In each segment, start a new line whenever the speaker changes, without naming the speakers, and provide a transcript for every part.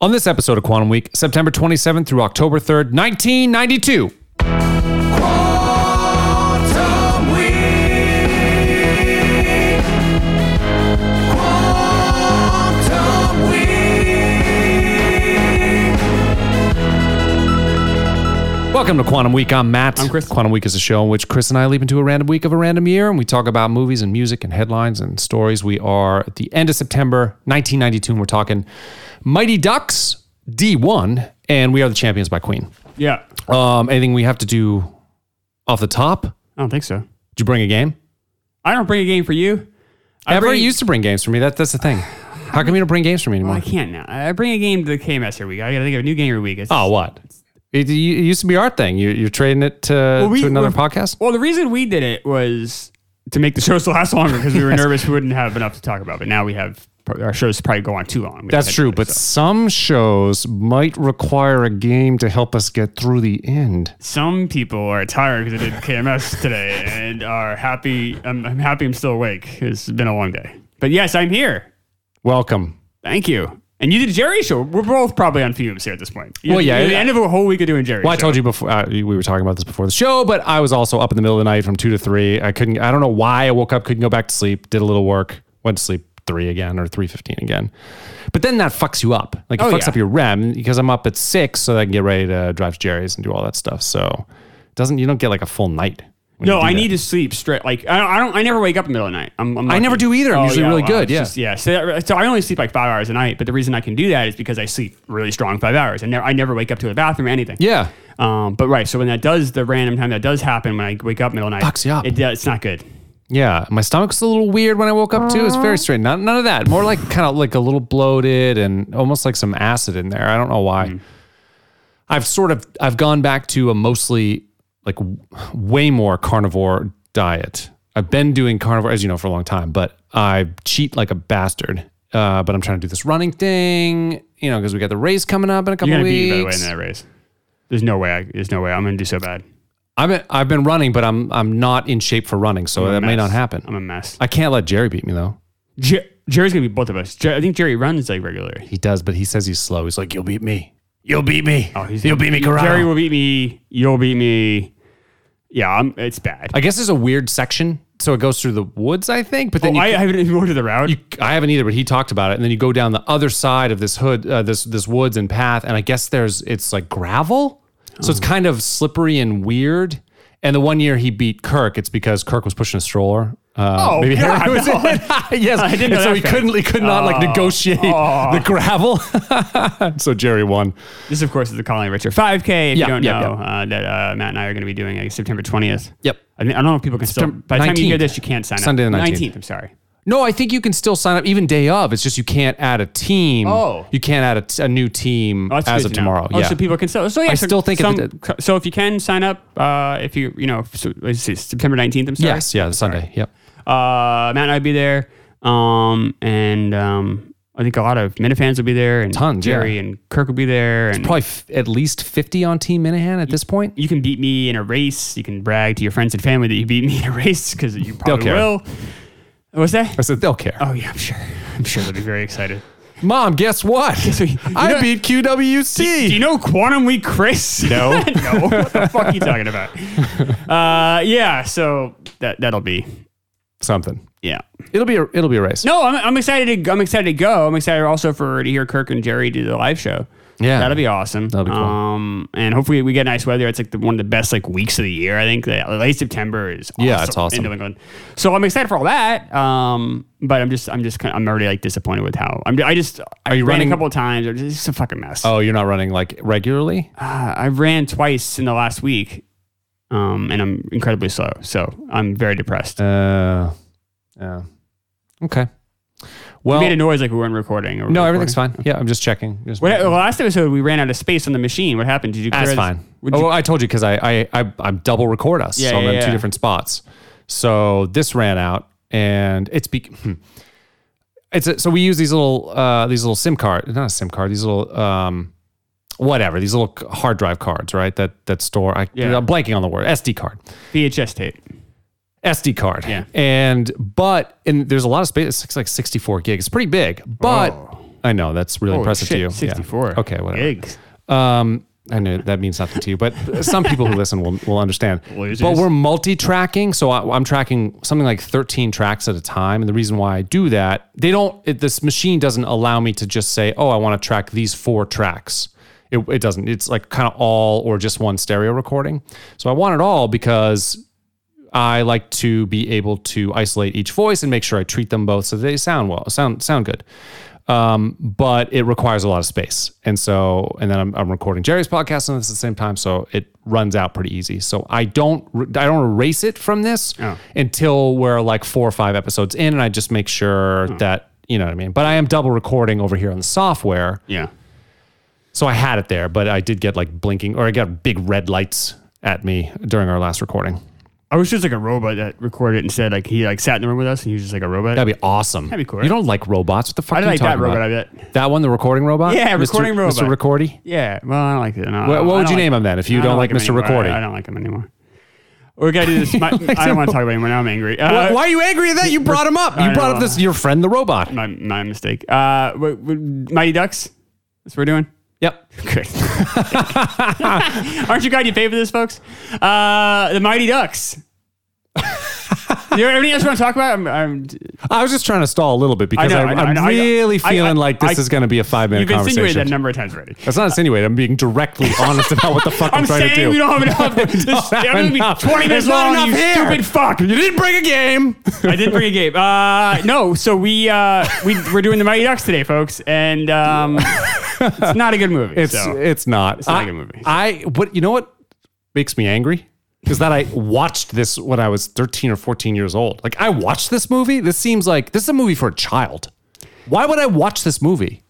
On this episode of Quantum Week, September 27th through October 3rd, 1992.
Quantum Week. Quantum Week.
Welcome to Quantum Week. I'm Matt. I'm Chris. Quantum Week is a show in which Chris and I leap into a random week of a random year and we talk about movies and music and headlines and stories. We are at the end of September 1992 and we're talking Mighty Ducks D1 and We Are the Champions by Queen.
Yeah. I
Um, anything we have to do off the top? Did
don't think so.
you bring a game?
I don't bring a game for you. I
Ever
bring-
used to bring games for me. That, that's the thing. How come you don't bring games for me anymore?
I can't now. I I bring a game to the KMS every week. I got to think of a new game every week. It's-
Oh, what? It, it used to be our thing. You, you're trading it to,
we-
to another
we-
podcast?
Well, the reason we did it was to make the shows last longer because we were nervous we wouldn't have enough to talk about. But now we have our shows probably go on too long. We
That's
had-
true, but some shows might require a game to help us get through the end.
some people are tired because I did KMS today and are happy. I'm, I'm happy I'm still awake. It's been a long day. But yes, I'm here.
Welcome.
Thank you. And you did Jerry show. We're both probably on fumes here at this point. You-
Well, yeah,
you're at the
yeah.
end of a whole week of doing Jerry.
Well, I
show.
told you before uh, we were talking about this before the show, but I was also up in the middle of the night from two to three. I couldn't. I don't know why I woke up, couldn't go back to sleep, did a little work, went to sleep three again or three fifteen again. But then that fucks you up. Like it
Oh,
fucks
yeah.
up your REM because I'm up at six so that I can get ready to drive to Jerry's and do all that stuff. So it doesn't you don't get like a full night. when
No,
you do
I
that.
need to sleep straight. Like I don't, I don't. I never wake up in the middle of the night. I'm. I'm
I never
lucky. Oh,
do either. I'm usually really good,
it's
yeah.
just- yeah. So, that- so I only sleep like five hours a night. But the reason I can do that is because I sleep really strong five hours, and never, I never wake up to the bathroom or anything.
Yeah.
Um. But right. So when that does the random time that does happen when I wake up middle of the night,
Fucks you up.
It, does- it's not good.
Yeah, my stomach's a little weird when I woke up too. It's very strange. Not, none of that. More like kind of like a little bloated and almost like some acid in there. I don't know why.
Mm.
I've sort of I've gone back to a mostly like w- way more carnivore diet. I've been doing carnivore as you know for a long time, but I cheat like a bastard. Uh, but I'm trying to do this running thing, you know, because we got the race coming up in a couple
You're gonna beat me
weeks.
by the way in that race. There's no way. I, there's no way. I'm gonna do so bad.
I've been I've been running, but I'm I'm not in shape for running, so that may
Mess.
not happen.
I'm a mess.
I can't let Jerry beat me though.
Jer- Jerry's gonna be both of us. Jer- I think Jerry runs like regularly.
He does, but he says he's slow. He's like, "You'll beat me. You'll beat me. You'll beat me, Corral."
Jerry will Oh, beat me. You'll beat me. Yeah. I'm, it's bad.
I guess there's a weird section, so it goes through the woods, I think. But then you,
Oh, I, I haven't even ordered the route.
I haven't either. But he talked about it, and then you go down the other side of this hood, uh, this this woods and path, and I guess there's it's like gravel, so
Oh.
it's kind of slippery and weird. And the one year he beat Kirk, it's because Kirk was pushing a stroller. Uh,
Oh, God,
Harry was in it. yes, I
didn't know
so
that Oh.
he
fact.
couldn't he could not like negotiate the gravel. so Jerry won.
This, of course, is the Colin Richard 5K. If
Yeah,
you don't
yeah,
know Uh, that uh, Matt and I are going to be doing uh, September 20th.
Yep.
I, mean, I don't know if people can
September
still. By the time you
19th.
hear this, you can't sign
Sunday the
up.
19th.
I'm sorry.
No, I think you can still sign up even day of. It's just you can't add a team.
Oh.
you can't add a t- a, new team
Oh, that's
as
good
of
to know.
tomorrow.
Oh,
yeah,
so people can still. So yeah,
I
so
still think it
some,
did-
So if you can sign up, uh, if you you know, so, let's see, September 19th. I'm sorry.
yes, yeah, Sunday. Yep.
Uh, Matt and I'll be there, um, and um, I think a lot of Minifans will be there, and
Tons, yeah.
Jerry and Kirk will be there, and
Probably f- at least fifty on Team Minahan at this point.
you can beat me in a race. You can brag to your friends and family that you beat me in a race because you probably
care.
will. What's that?
I said they'll care.
Oh yeah, I'm sure. I'm sure they'll be very excited.
Uh, Mom, guess what?
what? You
I
know-
beat
Do you
QWC.
know Quantum Week, Chris? No, no. What the fuck are you talking about? Uh, yeah. So that that'll be
Something.
yeah.
It'll be a it'll be a race.
No, I'm, I'm excited. To, I'm excited to go. I'm excited also for to hear Kirk and Jerry do the live show.
Yeah.
that'll be awesome.
That'll be cool.
Um, and hopefully we get nice weather. It's like the, one of the best like weeks of the year. I think that late September is awesome
Yeah, it's awesome.
in New England. So I'm excited for all that. Um, but I'm just I'm just kind of, I'm already like disappointed with how I'm. I just I
you
ran
running-
a couple of times. It's just a fucking mess.
Oh, you're not running like regularly.
Uh, I ran twice in the last week, um, and I'm incredibly slow. So I'm very depressed.
Uh, yeah. Okay. Well,
we made a noise like we weren't recording. Or
no, everything's fine. Yeah, I'm just checking. Just
What, the last episode we ran out of space on the machine. What happened? Did you?
That's
clear this-
fine.
Would
Oh,
you-
I told you because I, I I I'm double record us,
Yeah,
so I'm
yeah,
in two
yeah.
different spots. So this ran out, and it's be. hmm. It's a, so we use these little uh, these little SIM card, not a SIM card, these little um, whatever, these little hard drive cards, right? That that store. I,
Yeah.
I'm blanking on the word SD card.
VHS tape.
SD card.
Yeah.
And but and there's a lot of space. It's like 64 gigs. It's pretty big. But I know that's really
Oh. Holy
impressive
shit,
to you. Yeah.
64.
Okay, whatever.
Gigs.
Um, I know that means nothing to you, but some people who listen will, will understand.
Losers.
But we're multi-tracking, so I, I'm tracking something like 13 tracks at a time. And the reason why I do that, they don't. It, this machine doesn't allow me to just say, "Oh, I want to track these four tracks." It, it doesn't. It's like kind of all or just one stereo recording. So I want it all because I like to be able to isolate each voice and make sure I treat them both so they sound well, sound sound good. Um, but it requires a lot of space, and so and then I'm, I'm recording Jerry's podcast on this at the same time, so it runs out pretty easy. So I don't re- I don't erase it from this until we're like four or five episodes in, and I just make sure that you know what I mean. But I am double recording over here on the software,
Yeah.
so I had it there, but I did get like blinking or I got big red lights at me during our last recording.
I was just like a robot that recorded it and said like he like sat in the room with us and he was just like a robot.
That'd be awesome.
That'd be cool,
You
right?
don't like robots. What the fuck
I
are you
like that
talking about?
robot, I bet.
That one, the recording robot?
Yeah,
Mr.
recording robot.
Mr. Recordy?
yeah. Well, I don't like it. No,
What- what
I
would
don't
you name him then if you
I
don't like
him
Mr.
anymore.
Recording?
I, I don't like him anymore. We're gonna do this. My, I don't want to talk about him anymore. Now I'm angry. Uh,
Why are you angry at that? You brought him up.
I
You brought up
know.
this, your friend, the robot.
My, my mistake. Uh, w- w- Mighty Ducks. That's what we're doing.
Yep.
Great. Aren't you glad you paid for this, folks? Uh, the Mighty Ducks. you have anything else you want to talk about? I'm, I'm,
I was just trying to stall a little bit because
know,
I
I know, I
am
know, I know.
really
I-
feeling
I-
like this
I-
is going to be a five minute
you've insinuated
conversation.
that number of times already.
That's not insinuated. I'm being directly honest about what the fuck I'm,
I'm
trying
saying
to do.
we don't have enough. This-
have
I'm gonna be
enough.
20 minutes
There's not enough
long, you
here.
stupid fuck.
you didn't bring a game.
I did bring a game. Uh, no, so we uh, we we're doing the Mighty Ducks today, folks, and um, it's not a good movie.
It's
so.
it's not.
not
I-
a good movie.
I what you know what makes me angry is that I watched this when I was 13 or 14 years old. Like I watched this movie. This seems like this is a movie for a child. Why would I watch this movie?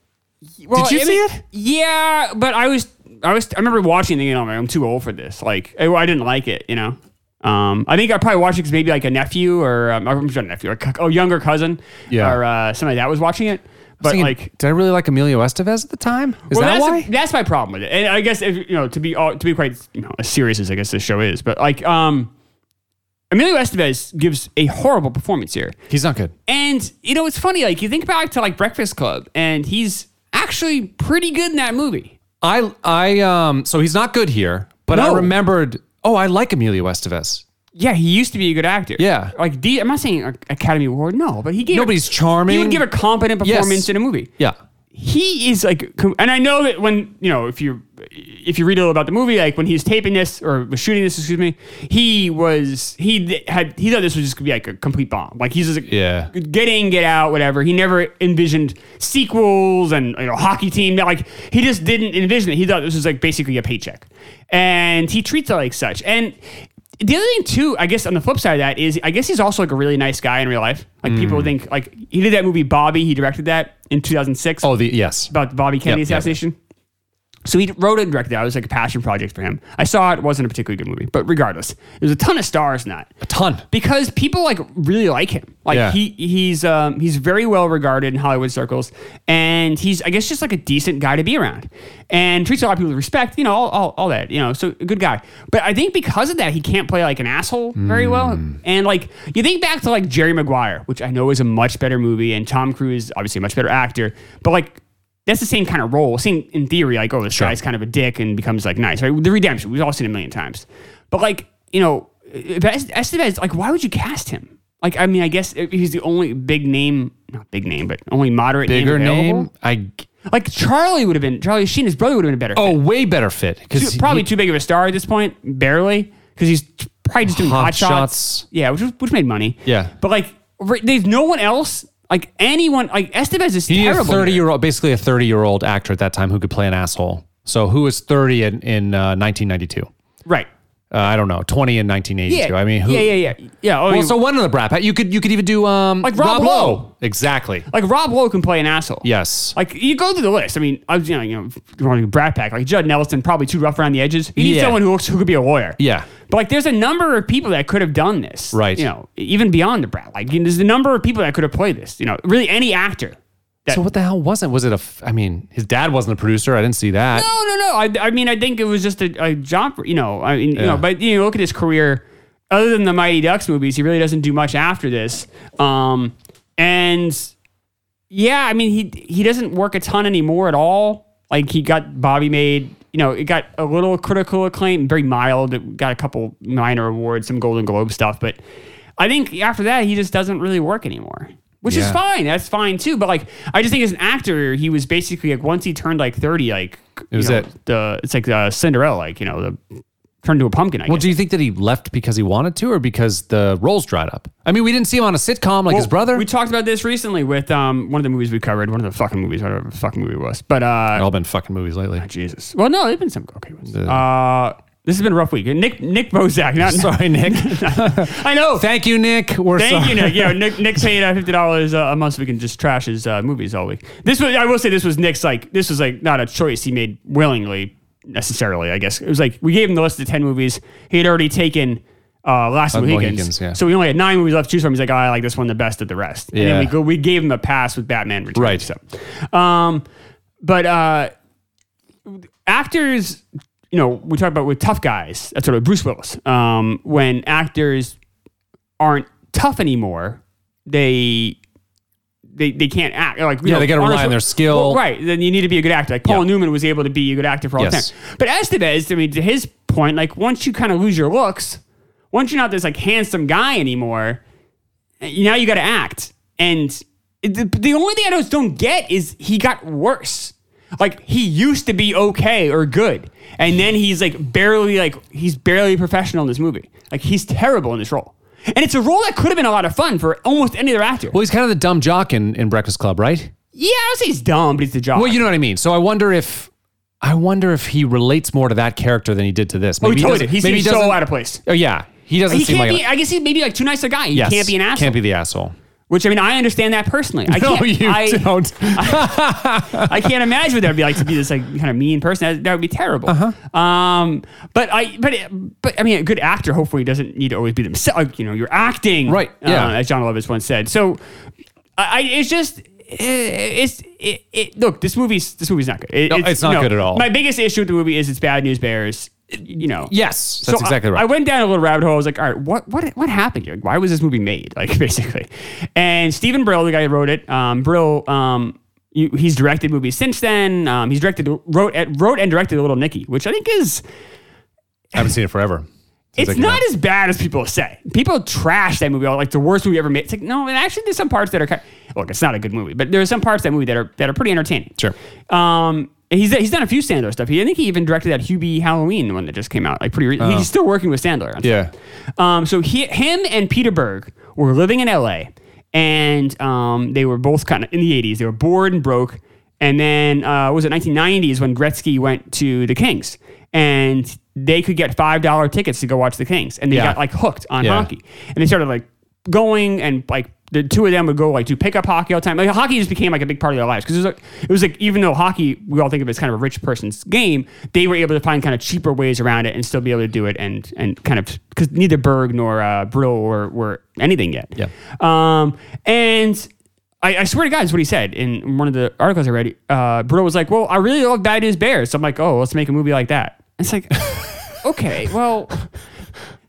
Well,
you
I
see
mean-
it?
Yeah, but I was I was I remember watching it. You know, I'm too old for this. Like I, I didn't like it. You know. Um, I think I probably watched it because maybe like a nephew or um, I'm sure a nephew or a cu- oh, younger cousin
Yeah.
or uh, somebody that was watching it. But
Thinking,
like
did I really like Emilio Estevez at the time? Is
well,
that
that's
why?
that's my problem with it. And I guess if you know to be all, to be quite you know, as serious as I guess this show is, but like um, Emilio Estevez gives a horrible performance here.
He's not good.
And you know, it's funny. Like you think back to like Breakfast Club, and he's actually pretty good in that movie.
I I um so he's not good here, but I
No.
remembered oh, I like Emilio Estevez.
Yeah, he used to be a good actor.
Yeah.
like D, I'm not saying like, Academy Award, no, but he gave
Nobody's charming.
He would give a competent
Yes.
performance in a movie.
Yeah.
he is like com- and i know that when you know if you if you read a little about the movie like when he was taping this or was shooting this excuse me he was he th- had he thought this was just gonna be like a complete bomb like he's just like,
Yeah.
get in get out whatever he never envisioned sequels and you know hockey team like he just didn't envision it he thought this was like basically a paycheck and he treats it like such and the other thing too, I guess on the flip side of that is I guess he's also like a really nice guy in real life. Like people think like he did that movie Bobby, he directed that in 2006
Oh, the yes.
about the Bobby Kennedy
Yep, yep, yep.
assassination. So he wrote and directed that. It was like a passion project for him. I saw it. It wasn't a particularly good movie, but regardless, there's a ton of stars in that
A ton.
because people like really like him. Like
Yeah.
he he's um, he's very well regarded in Hollywood circles, and he's I guess just like a decent guy to be around, and treats a lot of people with respect. You know, all, all, all that. You know, so a good guy. But I think because of that, he can't play like an asshole very well.
Hmm.
And like you think back to like Jerry Maguire, which I know is a much better movie, and Tom Cruise obviously a much better actor, but like. That's the same kind of role. Same in theory, like, oh, this guy's kind of a dick and becomes like nice, right? The redemption. We've all seen it a million times. But like, you know, if Es- Estevez, like, why would you cast him? Like, I mean, I guess if he's the only big name, not big name, but only moderate
Bigger
name. available.
name. I
Like, Charlie would have been, Charlie Sheen, his brother would have been a better.
oh,
fit.
way better fit
Too-
cuz
probably too big of a star at this point, barely, because he's t- probably just doing
Hot
hot, shots.
Shots.
Yeah, which, was- which made money.
Yeah.
But like, ri- there's no one else, like, anyone, like, Estevez is
He
terrible.
is thirty
here.
year old, basically a thirty year old actor at that time who could play an asshole. So who was thirty in in uh, nineteen ninety two?
Right.
Uh, I don't know, twenty in nineteen eighty
Yeah.
two. I mean, who?
Yeah, yeah, yeah. Yeah. Oh,
Well,
you-
so one of the Brat Pack. You could you could even do um
Like Rob Lowe.
Exactly.
like, Rob Lowe can play an asshole.
Yes.
Like you go through the list. I mean, I was you know, you know, running a Brat Pack. Like Judd Nelson, probably too rough around the edges. He needs
Yeah.
someone who looks who could be a lawyer.
Yeah.
But like, there's a number of people that could have done this.
Right.
You know, even beyond the Brat. Like, there's a number of people that could have played this. You know, really any actor. That,
so what the hell was it? Was it a? f- I mean, his dad wasn't a producer. I didn't see that.
no, no, no. I, I mean, I think it was just a, a job. You know, I mean, you
Yeah.
know, but you know, look at his career. Other than the Mighty Ducks movies, he really doesn't do much after this. Um, and yeah, I mean he he doesn't work a ton anymore at all. Like he got Bobby made, you know, it got a little critical acclaim, very mild. It got a couple minor awards, some Golden Globe stuff, but I think after that he just doesn't really work anymore. Which is
Yeah.
fine. That's fine too. But like I just think as an actor, he was basically like once he turned like 30, like
It was
you know,
it.
the it's like uh, Cinderella, like, you know, the turned to a pumpkin, I
Well,
guess.
do you think that he left because he wanted to, or because the roles dried up? I mean, we didn't see him on a sitcom like his
Well,
brother.
Oh, We talked about this recently with um one of the movies we covered, one of the fucking movies, whatever the fucking movie it was. But uh
They've all been fucking movies lately.
Jesus. Well, no, there've been some okay ones. Uh, this has been a rough week. Nick Nick Bozak. Not,
Sorry, Nick.
I know.
Thank you, Nick. We're
Thank
sorry.
you, Nick. Yeah, Nick, Nick paid uh, fifty dollars a month so we can just trash his uh, movies all week. This was, I will say, this was Nick's like this was like not a choice he made willingly necessarily. I guess it was like we gave him the list of ten movies he had already taken. Uh, last
Uh,
Mohicans,
Mohicans, yeah.
so we only had nine movies left to choose from. He's like, oh, I like this one the best of the rest. And then
Yeah.
we go, we gave him a pass with Batman Returns.
Right.
So, um, but uh, actors, you know, we talk about with tough guys. That's sort of Bruce Willis. Um, when actors aren't tough anymore, they they they can't act like you
Yeah,
know,
they gotta
Arnold
rely on their
Schwar-
skill.
Well, right? Then you need to be a good actor. Like Paul
Yeah.
Newman was able to be a good actor for all
Yes.
time. But Estevez, I mean, to his point, like once you kind of lose your looks, once you're not this like handsome guy anymore, now you got to act. And the, the only thing I just don't get is he got worse. Like he used to be okay or good, and then he's like barely like he's barely professional in this movie. Like he's terrible in this role, and it's a role that could have been a lot of fun for almost any other actor.
Well, he's kind of the dumb jock in, in Breakfast Club, right?
yeah, I don't say he's dumb, but he's the job.
Well, you know what I mean. So I wonder if I wonder if he relates more to that character than he did to this.
oh, he totally
doesn't-
did. He
maybe
seems so
doesn't-
out of place.
Oh yeah, he doesn't
He
seem
can't
like.
be.
an,
I guess he's maybe like too nice a guy. He
yes,
can't be an asshole.
Can't be the asshole.
Which I mean, I understand that personally. I
No,
can't,
you
I,
don't.
I can't imagine what that'd be like to be this like kind of mean person. That, that would be terrible. Uh-huh. Um, but I, but, but I mean, a good actor hopefully doesn't need to always be themselves. Like, you know, you're acting,
Right,
uh,
yeah.
as John Lovitz once said. So, I, I it's just. eh, It's it, it. Look, this movie's this movie's not good. It-
No, it's not good at all.
My biggest issue with the movie is it's bad news bears. You know.
Yes, that's
So uh,
exactly
I,
right.
I went down a little rabbit hole. I was like, all right, what what what happened here? Why was this movie made? Like basically, and Stephen Brill, the guy who wrote it, um, Brill, um, you, he's directed movies since then. Um, he's directed wrote wrote and directed Little Nicky, which I think is
I haven't seen it forever. Since I
it's
came
not
out.
as bad as people say. People trash that movie, all like the worst movie ever made. It's like no, and actually, there's some parts that are kind look. It's not a good movie, but there are some parts of that movie that are that are pretty entertaining.
Sure.
Um, and he's he's done a few Sandler stuff. He, I think he even directed that Hubie Halloween one that just came out, like pretty. Re- He's still working with Sandler. on
Oh. Yeah.
um, so he, him and Peter Berg were living in LA, and um, they were both kind of in the 80s. They were bored and broke. And then, uh, what was it 1990s when Gretzky went to the Kings? And they could get $5 tickets to go watch the Kings. And they
Yeah.
got like hooked on
Yeah.
hockey. And they started like going and like, the two of them would go like do pickup hockey all the time. Like hockey just became like a big part of their lives because it was like it was like even though hockey we all think of it as kind of a rich person's game, they were able to find kind of cheaper ways around it and still be able to do it and and kind of because neither Berg nor uh, Brill were were anything yet.
Yeah.
Um, and I, I swear to God, is what he said in one of the articles I read. Uh, Brill was like, "Well, I really love Bad News Bears," so I'm like, "Oh, let's make a movie like that." It's like, okay, well,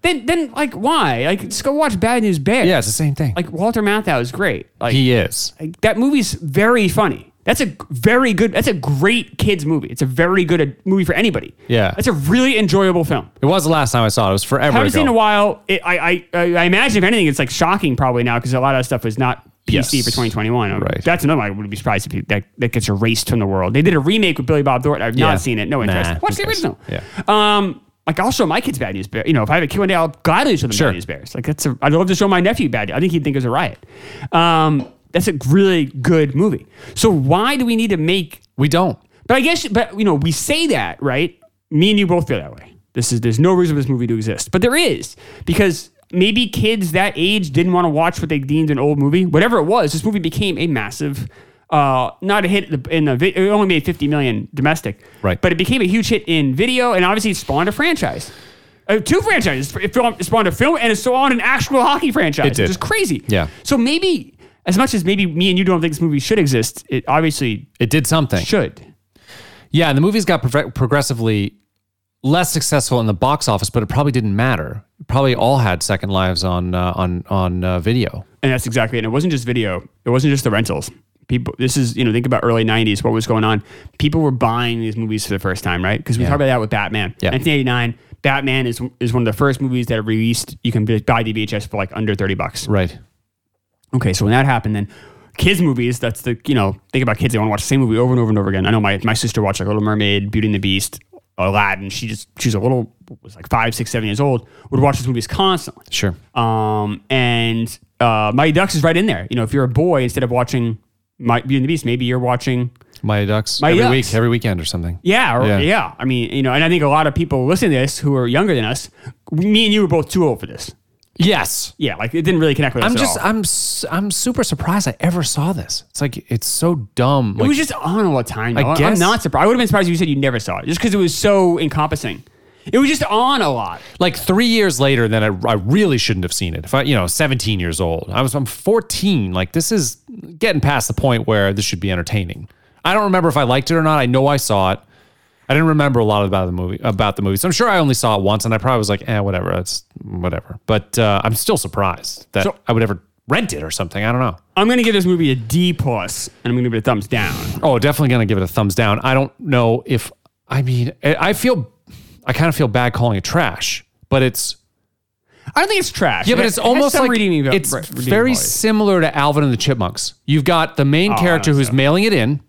then then like why? Like, just go watch Bad News Bears.
Yeah, it's the same thing.
Like Walter Matthau is great. Like,
he is.
like, that movie's very funny. That's a g- very good. That's a great kids movie. It's a very good uh, movie for anybody.
Yeah.
that's a really enjoyable film.
It was the last time I saw it. It was forever
Haven't
ago.
seen it in a while. It, I, I I imagine if anything, it's like shocking probably now because a lot of that stuff was not PC
Yes.
for 2021. Um,
Right.
That's another one I wouldn't be surprised if you- that, that gets erased from the world. They did a remake with Billy Bob Thornton. I've
Yeah.
not seen it. No interest.
Nah,
What's the
who cares?
original?
Yeah.
Um, like I'll show my kids Bad News Bears. You know, if I have a Q and A, I'll gladly show them
Sure.
Bad News Bears. Like that's a, I'd love to show my nephew Bad. News. I think he'd think it was a riot. Um, that's a really good movie. So why do we need to make
we don't.
but I guess, but you know, we say that, right? Me and you both feel that way. This is there's no reason for this movie to exist, but there is because maybe kids that age didn't want to watch what they deemed an old movie, whatever it was. This movie became a massive, uh, not a hit in the- in the vi- it only made 50 million domestic,
Right.
But it became a huge hit in video, and obviously it spawned a franchise. Uh, two franchises. It fil- it spawned a film and it spawned an actual hockey franchise.
It did.
Which is crazy.
Yeah.
So maybe, as much as maybe me and you don't think this movie should exist, it obviously
It did something.
should.
Yeah, and the movies got pro- progressively less successful in the box office, but it probably didn't matter. Probably all had second lives on uh, on on uh, video.
And that's exactly it. And it wasn't just video. It wasn't just the rentals. people this is you know think about early 90s what was going on people were buying these movies for the first time right because we talked about that with batman
Yeah.
1989 batman is is one of the first movies that released you can buy the vhs for like under 30 bucks
Right.
Okay, so when that happened, then kids' movies, that's the, you know, think about kids, they want to watch the same movie over and over and over again. I know my, my sister watched like Little Mermaid, Beauty and the Beast, Aladdin. She just, she's a little, was like five, six, seven years old, would watch these movies constantly.
Sure.
Um, and uh, Mighty Ducks is right in there. You know, if you're a boy, instead of watching my, Beauty and the Beast, maybe you're watching
Mighty Ducks
Mighty
every
Ducks.
week, every weekend or something.
yeah, or,
Yeah.
yeah, I mean, you know, and I think a lot of people listening to this who are younger than us, me and you were both too old for this.
Yes.
Yeah, like it didn't really connect with us
I'm
at
just
all.
I'm s- I'm super surprised I ever saw this. It's like it's so dumb. Like,
it was just on all the time. though. I
guess-
am not surprised. I would have been surprised if you said you never saw it, just because it was so encompassing. It was just on a lot.
like three years later, then I, I really shouldn't have seen it. If I you know 17 years old, I was I'm 14. Like this is getting past the point where this should be entertaining. I don't remember if I liked it or not. I know I saw it. I didn't remember a lot about the movie about the movie. So I'm sure I only saw it once, and I probably was like, eh, whatever. That's whatever. But uh, I'm still surprised that
So-
I would ever rent it or something. I don't know.
I'm gonna give this movie a D plus, and I'm gonna give it a thumbs down.
Oh, definitely gonna give it a thumbs down. I don't know if I mean I I feel I kind of feel bad calling it trash, but it's
I don't think it's trash.
yeah,
It
but
has-
it's
it has
almost
some
like
redeeming, val-
it's
re- redeeming
very
qualities.
similar to Alvin and the Chipmunks. You've got the main
I
character
don't
who's
know.
mailing it in,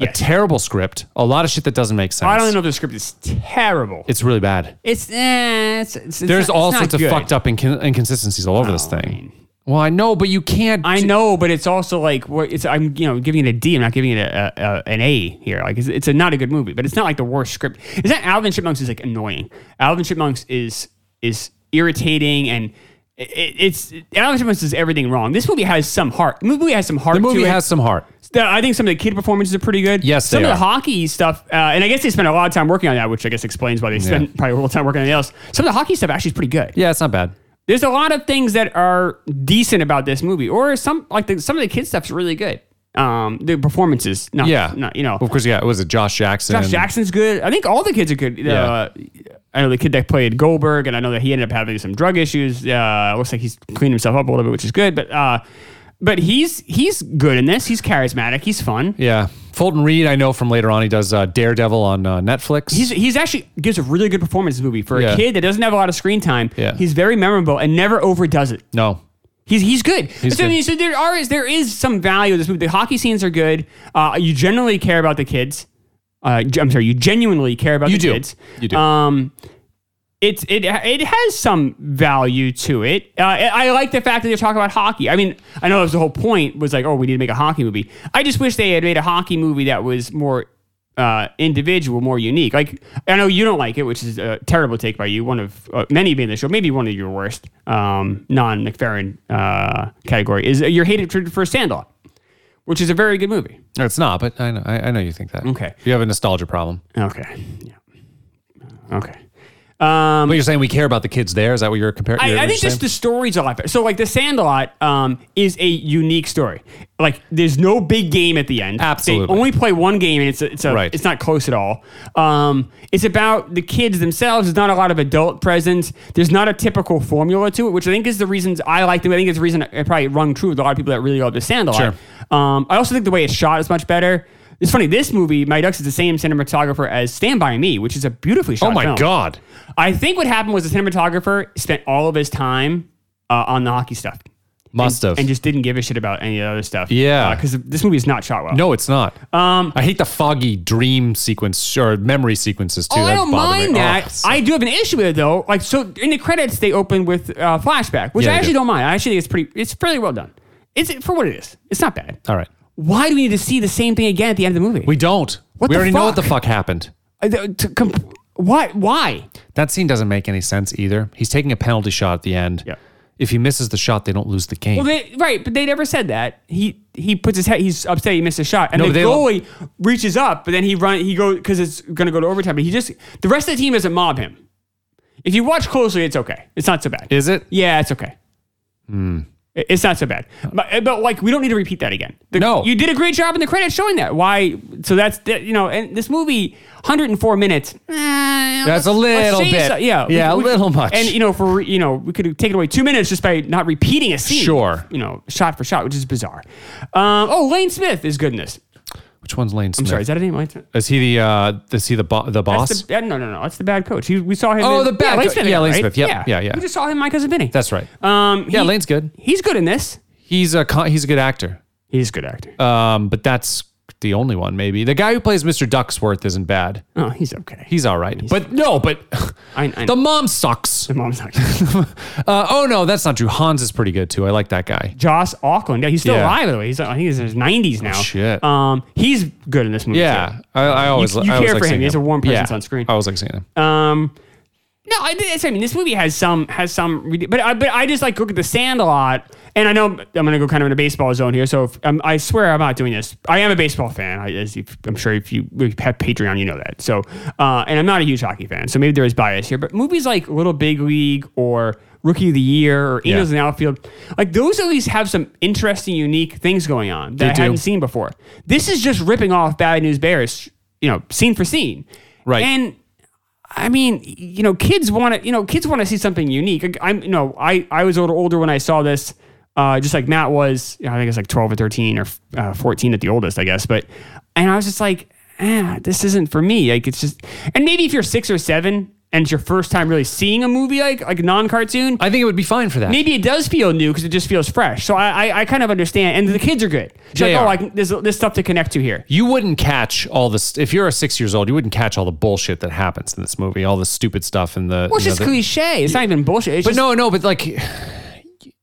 a
Yes.
terrible script, a lot of shit that doesn't make sense.
I don't even know if the script is terrible.
It's really bad.
It's, eh, it's, it's
There's
not-
all
it's not
sorts of
good.
fucked up incon- inconsistencies all over this
I
thing.
mean-
well, I know, but you can't.
I know, but it's also like what it's. I'm you know giving it a D. I'm not giving it a, a, a an A here. Like it's, it's a not a good movie, but it's not like the worst script. Is that Alvin Chipmunks is like annoying. Alvin Chipmunks is is irritating and. It, it- it's Alvin Chipmunks does everything wrong. This movie has some heart. The movie has some heart.
the movie
to it.
has some heart.
The- I think some of the kid performances are pretty good.
Yes,
some
they
of
are.
the hockey stuff, uh, and I guess they spent a lot of time working on that, which I guess explains why they spent probably a little time working on anything else. Some of the hockey stuff actually is pretty good
Yeah, it's not bad.
there's a lot of things that are decent about this movie, or some like the, some of the kid stuff's really good. Um, the performances, not,
Yeah,
not you know,
Of course, yeah. It was it Oh. Josh Jackson.
Josh Jackson's good. I think all the kids are good. Uh, I know the kid that played Goldberg, and I know that he ended up having some drug issues. Uh, looks like he's cleaned himself up a little bit, which is good. But uh, but he's he's good in this. He's charismatic. He's fun.
Yeah. Fulton Reed, I know from later on, he does uh, Daredevil on uh, Netflix.
He's, he's actually gives a really good performance in this movie for a
Yeah.
kid that doesn't have a lot of screen time.
Yeah.
He's very memorable and never overdoes it.
no.
He's he's good. so, I
good.
mean, so there are there is some value to this movie. The hockey scenes are good. Uh, you generally care about the kids. Uh, ge- I'm sorry, you genuinely care about
You
the
do.
kids.
You do.
Um, it's it it has some value to it. Uh, I I like the fact that they talk about hockey. I mean, I know that was the whole point was like, oh, we need to make a hockey movie. I just wish they had made a hockey movie that was more uh, individual, more unique. Like I know you don't like it, which is a terrible take by you. One of uh, many being the show, maybe one of your worst um, non McFerrin uh, category is your hated for Sandlot, which is a very good movie.
No, It's not, but I know, I, I know you think that.
Okay.
You have a nostalgia problem.
Okay, yeah, okay. Um,
But you're saying we care about the kids there? Is that what you're comparing?
I, I think just the story's a lot better. So like the Sandlot um, is a unique story. Like there's no big game at the end.
Absolutely.
they only play one game and it's a, it's a,
Right.
it's not close at all. Um, it's about the kids themselves. There's not a lot of adult presence. There's not a typical formula to it, which I think is the reasons I like them. I think it's the reason it probably rung true with a lot of people that really love the Sandlot.
Sure.
Um, I also think the way it's shot is much better. It's funny. This movie, My Ducks, is the same cinematographer as Stand by Me, which is a beautifully shot.
Oh my
film.
God.
I think what happened was the cinematographer spent all of his time uh, on the hockey stuff
Must have.
and just didn't give a shit about any of the other stuff.
Yeah.
because this movie is not shot well.
no, it's not. Um, I hate the foggy dream sequence or memory sequences too.
Oh, I
That
don't
bother me.
mind
Oh,
that.
so-
I do have an issue with it though. Like, so in the credits they open with uh, flashback, which
Yeah,
I
they
actually
do.
don't mind. I actually think it's pretty. It's fairly well done. It's for what it is. It's not bad.
all right.
Why do we need to see the same thing again at the end of the movie?
We don't.
What
we
the
already know what the fuck
fuck?
happened.
Uh, th- to comp- why? Why?
That scene doesn't make any sense either. He's taking a penalty shot at the end.
Yeah.
If he misses the shot, they don't lose the game.
Well, they, right, but they never said that. He he puts his head. He's upset he missed a shot, and
No,
the
they don't-
goalie reaches up, but then he run. He goes because it's gonna go to overtime. But he just the rest of the team doesn't mob him. If you watch closely, it's okay. It's not so bad.
Is it? Hmm.
yeah, it's okay. It- It's not so bad, but, eh, but like we don't need to repeat that again. The-
No.
you did a great job in the credits showing that. Why? So that's that, you know, and this movie, 104 minutes. eh,
That's
That's
a little bit.
yeah, we-
Yeah, a
we-
little much.
And you know, for you know, we could have taken away two minutes just by not repeating a scene.
Sure.
you know, shot for shot, which is bizarre. Um, oh, Lane Smith is good in this.
Which one's Lane Smith?
I'm sorry, is that a name? Lane Smith?
Is he the uh is he the bo- the boss?
That's the, uh, no, no, no. That's the bad coach. He, we saw him.
Oh,
in-
the bad
Lane
coach. Yeah, Lane Smith. Yep. Yeah, yeah.
We just saw him. in My cousin Vinny.
That's right.
Um,
Yeah,
he-
Lane's good.
He's good in this.
He's a con- he's a good actor.
He's a good actor.
Um but that's the only one maybe. The guy who plays Mr. Ducksworth isn't bad.
oh, he's okay.
He's all right. but no, but
I, I,
the mom sucks.
the mom's not. good.
Uh, oh no, that's not true. Hans is pretty good too. I like that guy.
Joss Auckland. Yeah, he's still
Yeah. Oh,
alive by the way. He's I think he's in his nineties now.
shit.
Um, he's good in this movie.
Yeah,
too.
I, I always
you
I always
care
like
for him.
seeing
He's a warm presence on screen.
I always like seeing him.
Um, no, I, that's- I mean this movie has some has some, ridi- but I, but I just like look at the sand a lot, and I know I'm gonna go kind of in a baseball zone here. So if, um, I swear I'm not doing this. I am a baseball fan. I, as if, I'm sure if you if you have Patreon, you know that. So uh, and I'm not a huge hockey fan, so maybe there is bias here. But movies like Little Big League or Rookie of the Year or Angels
Yeah.
in the Outfield, like those at least have some interesting, unique things going on that I
do.
hadn't seen before. This is just ripping off Bad News Bears, you know, scene for scene.
Right.
And I mean, you know, kids want to, you know, kids want to see something unique. Like, I'm, you know, I, I was a little older when I saw this, uh, just like Matt was, you know, I think it's like 12 or 13 or uh, 14 at the oldest, I guess. But, and I was just like, ah, this isn't for me. Like, it's just, and maybe if you're six or seven and it's your first time really seeing a movie, like, like non-cartoon,
I think it would be fine for that.
maybe it does feel new because it just feels fresh. So I, I, I kind of understand. And the kids are good. It's
They
like,
are.
oh, like there's, there's stuff to connect to here.
you wouldn't catch all this if you're a six years old. You wouldn't catch all the bullshit that happens in this movie, all the stupid stuff and the.
Well, it's
you know,
just
the-
cliche. It's not even bullshit. It's
But
just,
no, no, but like,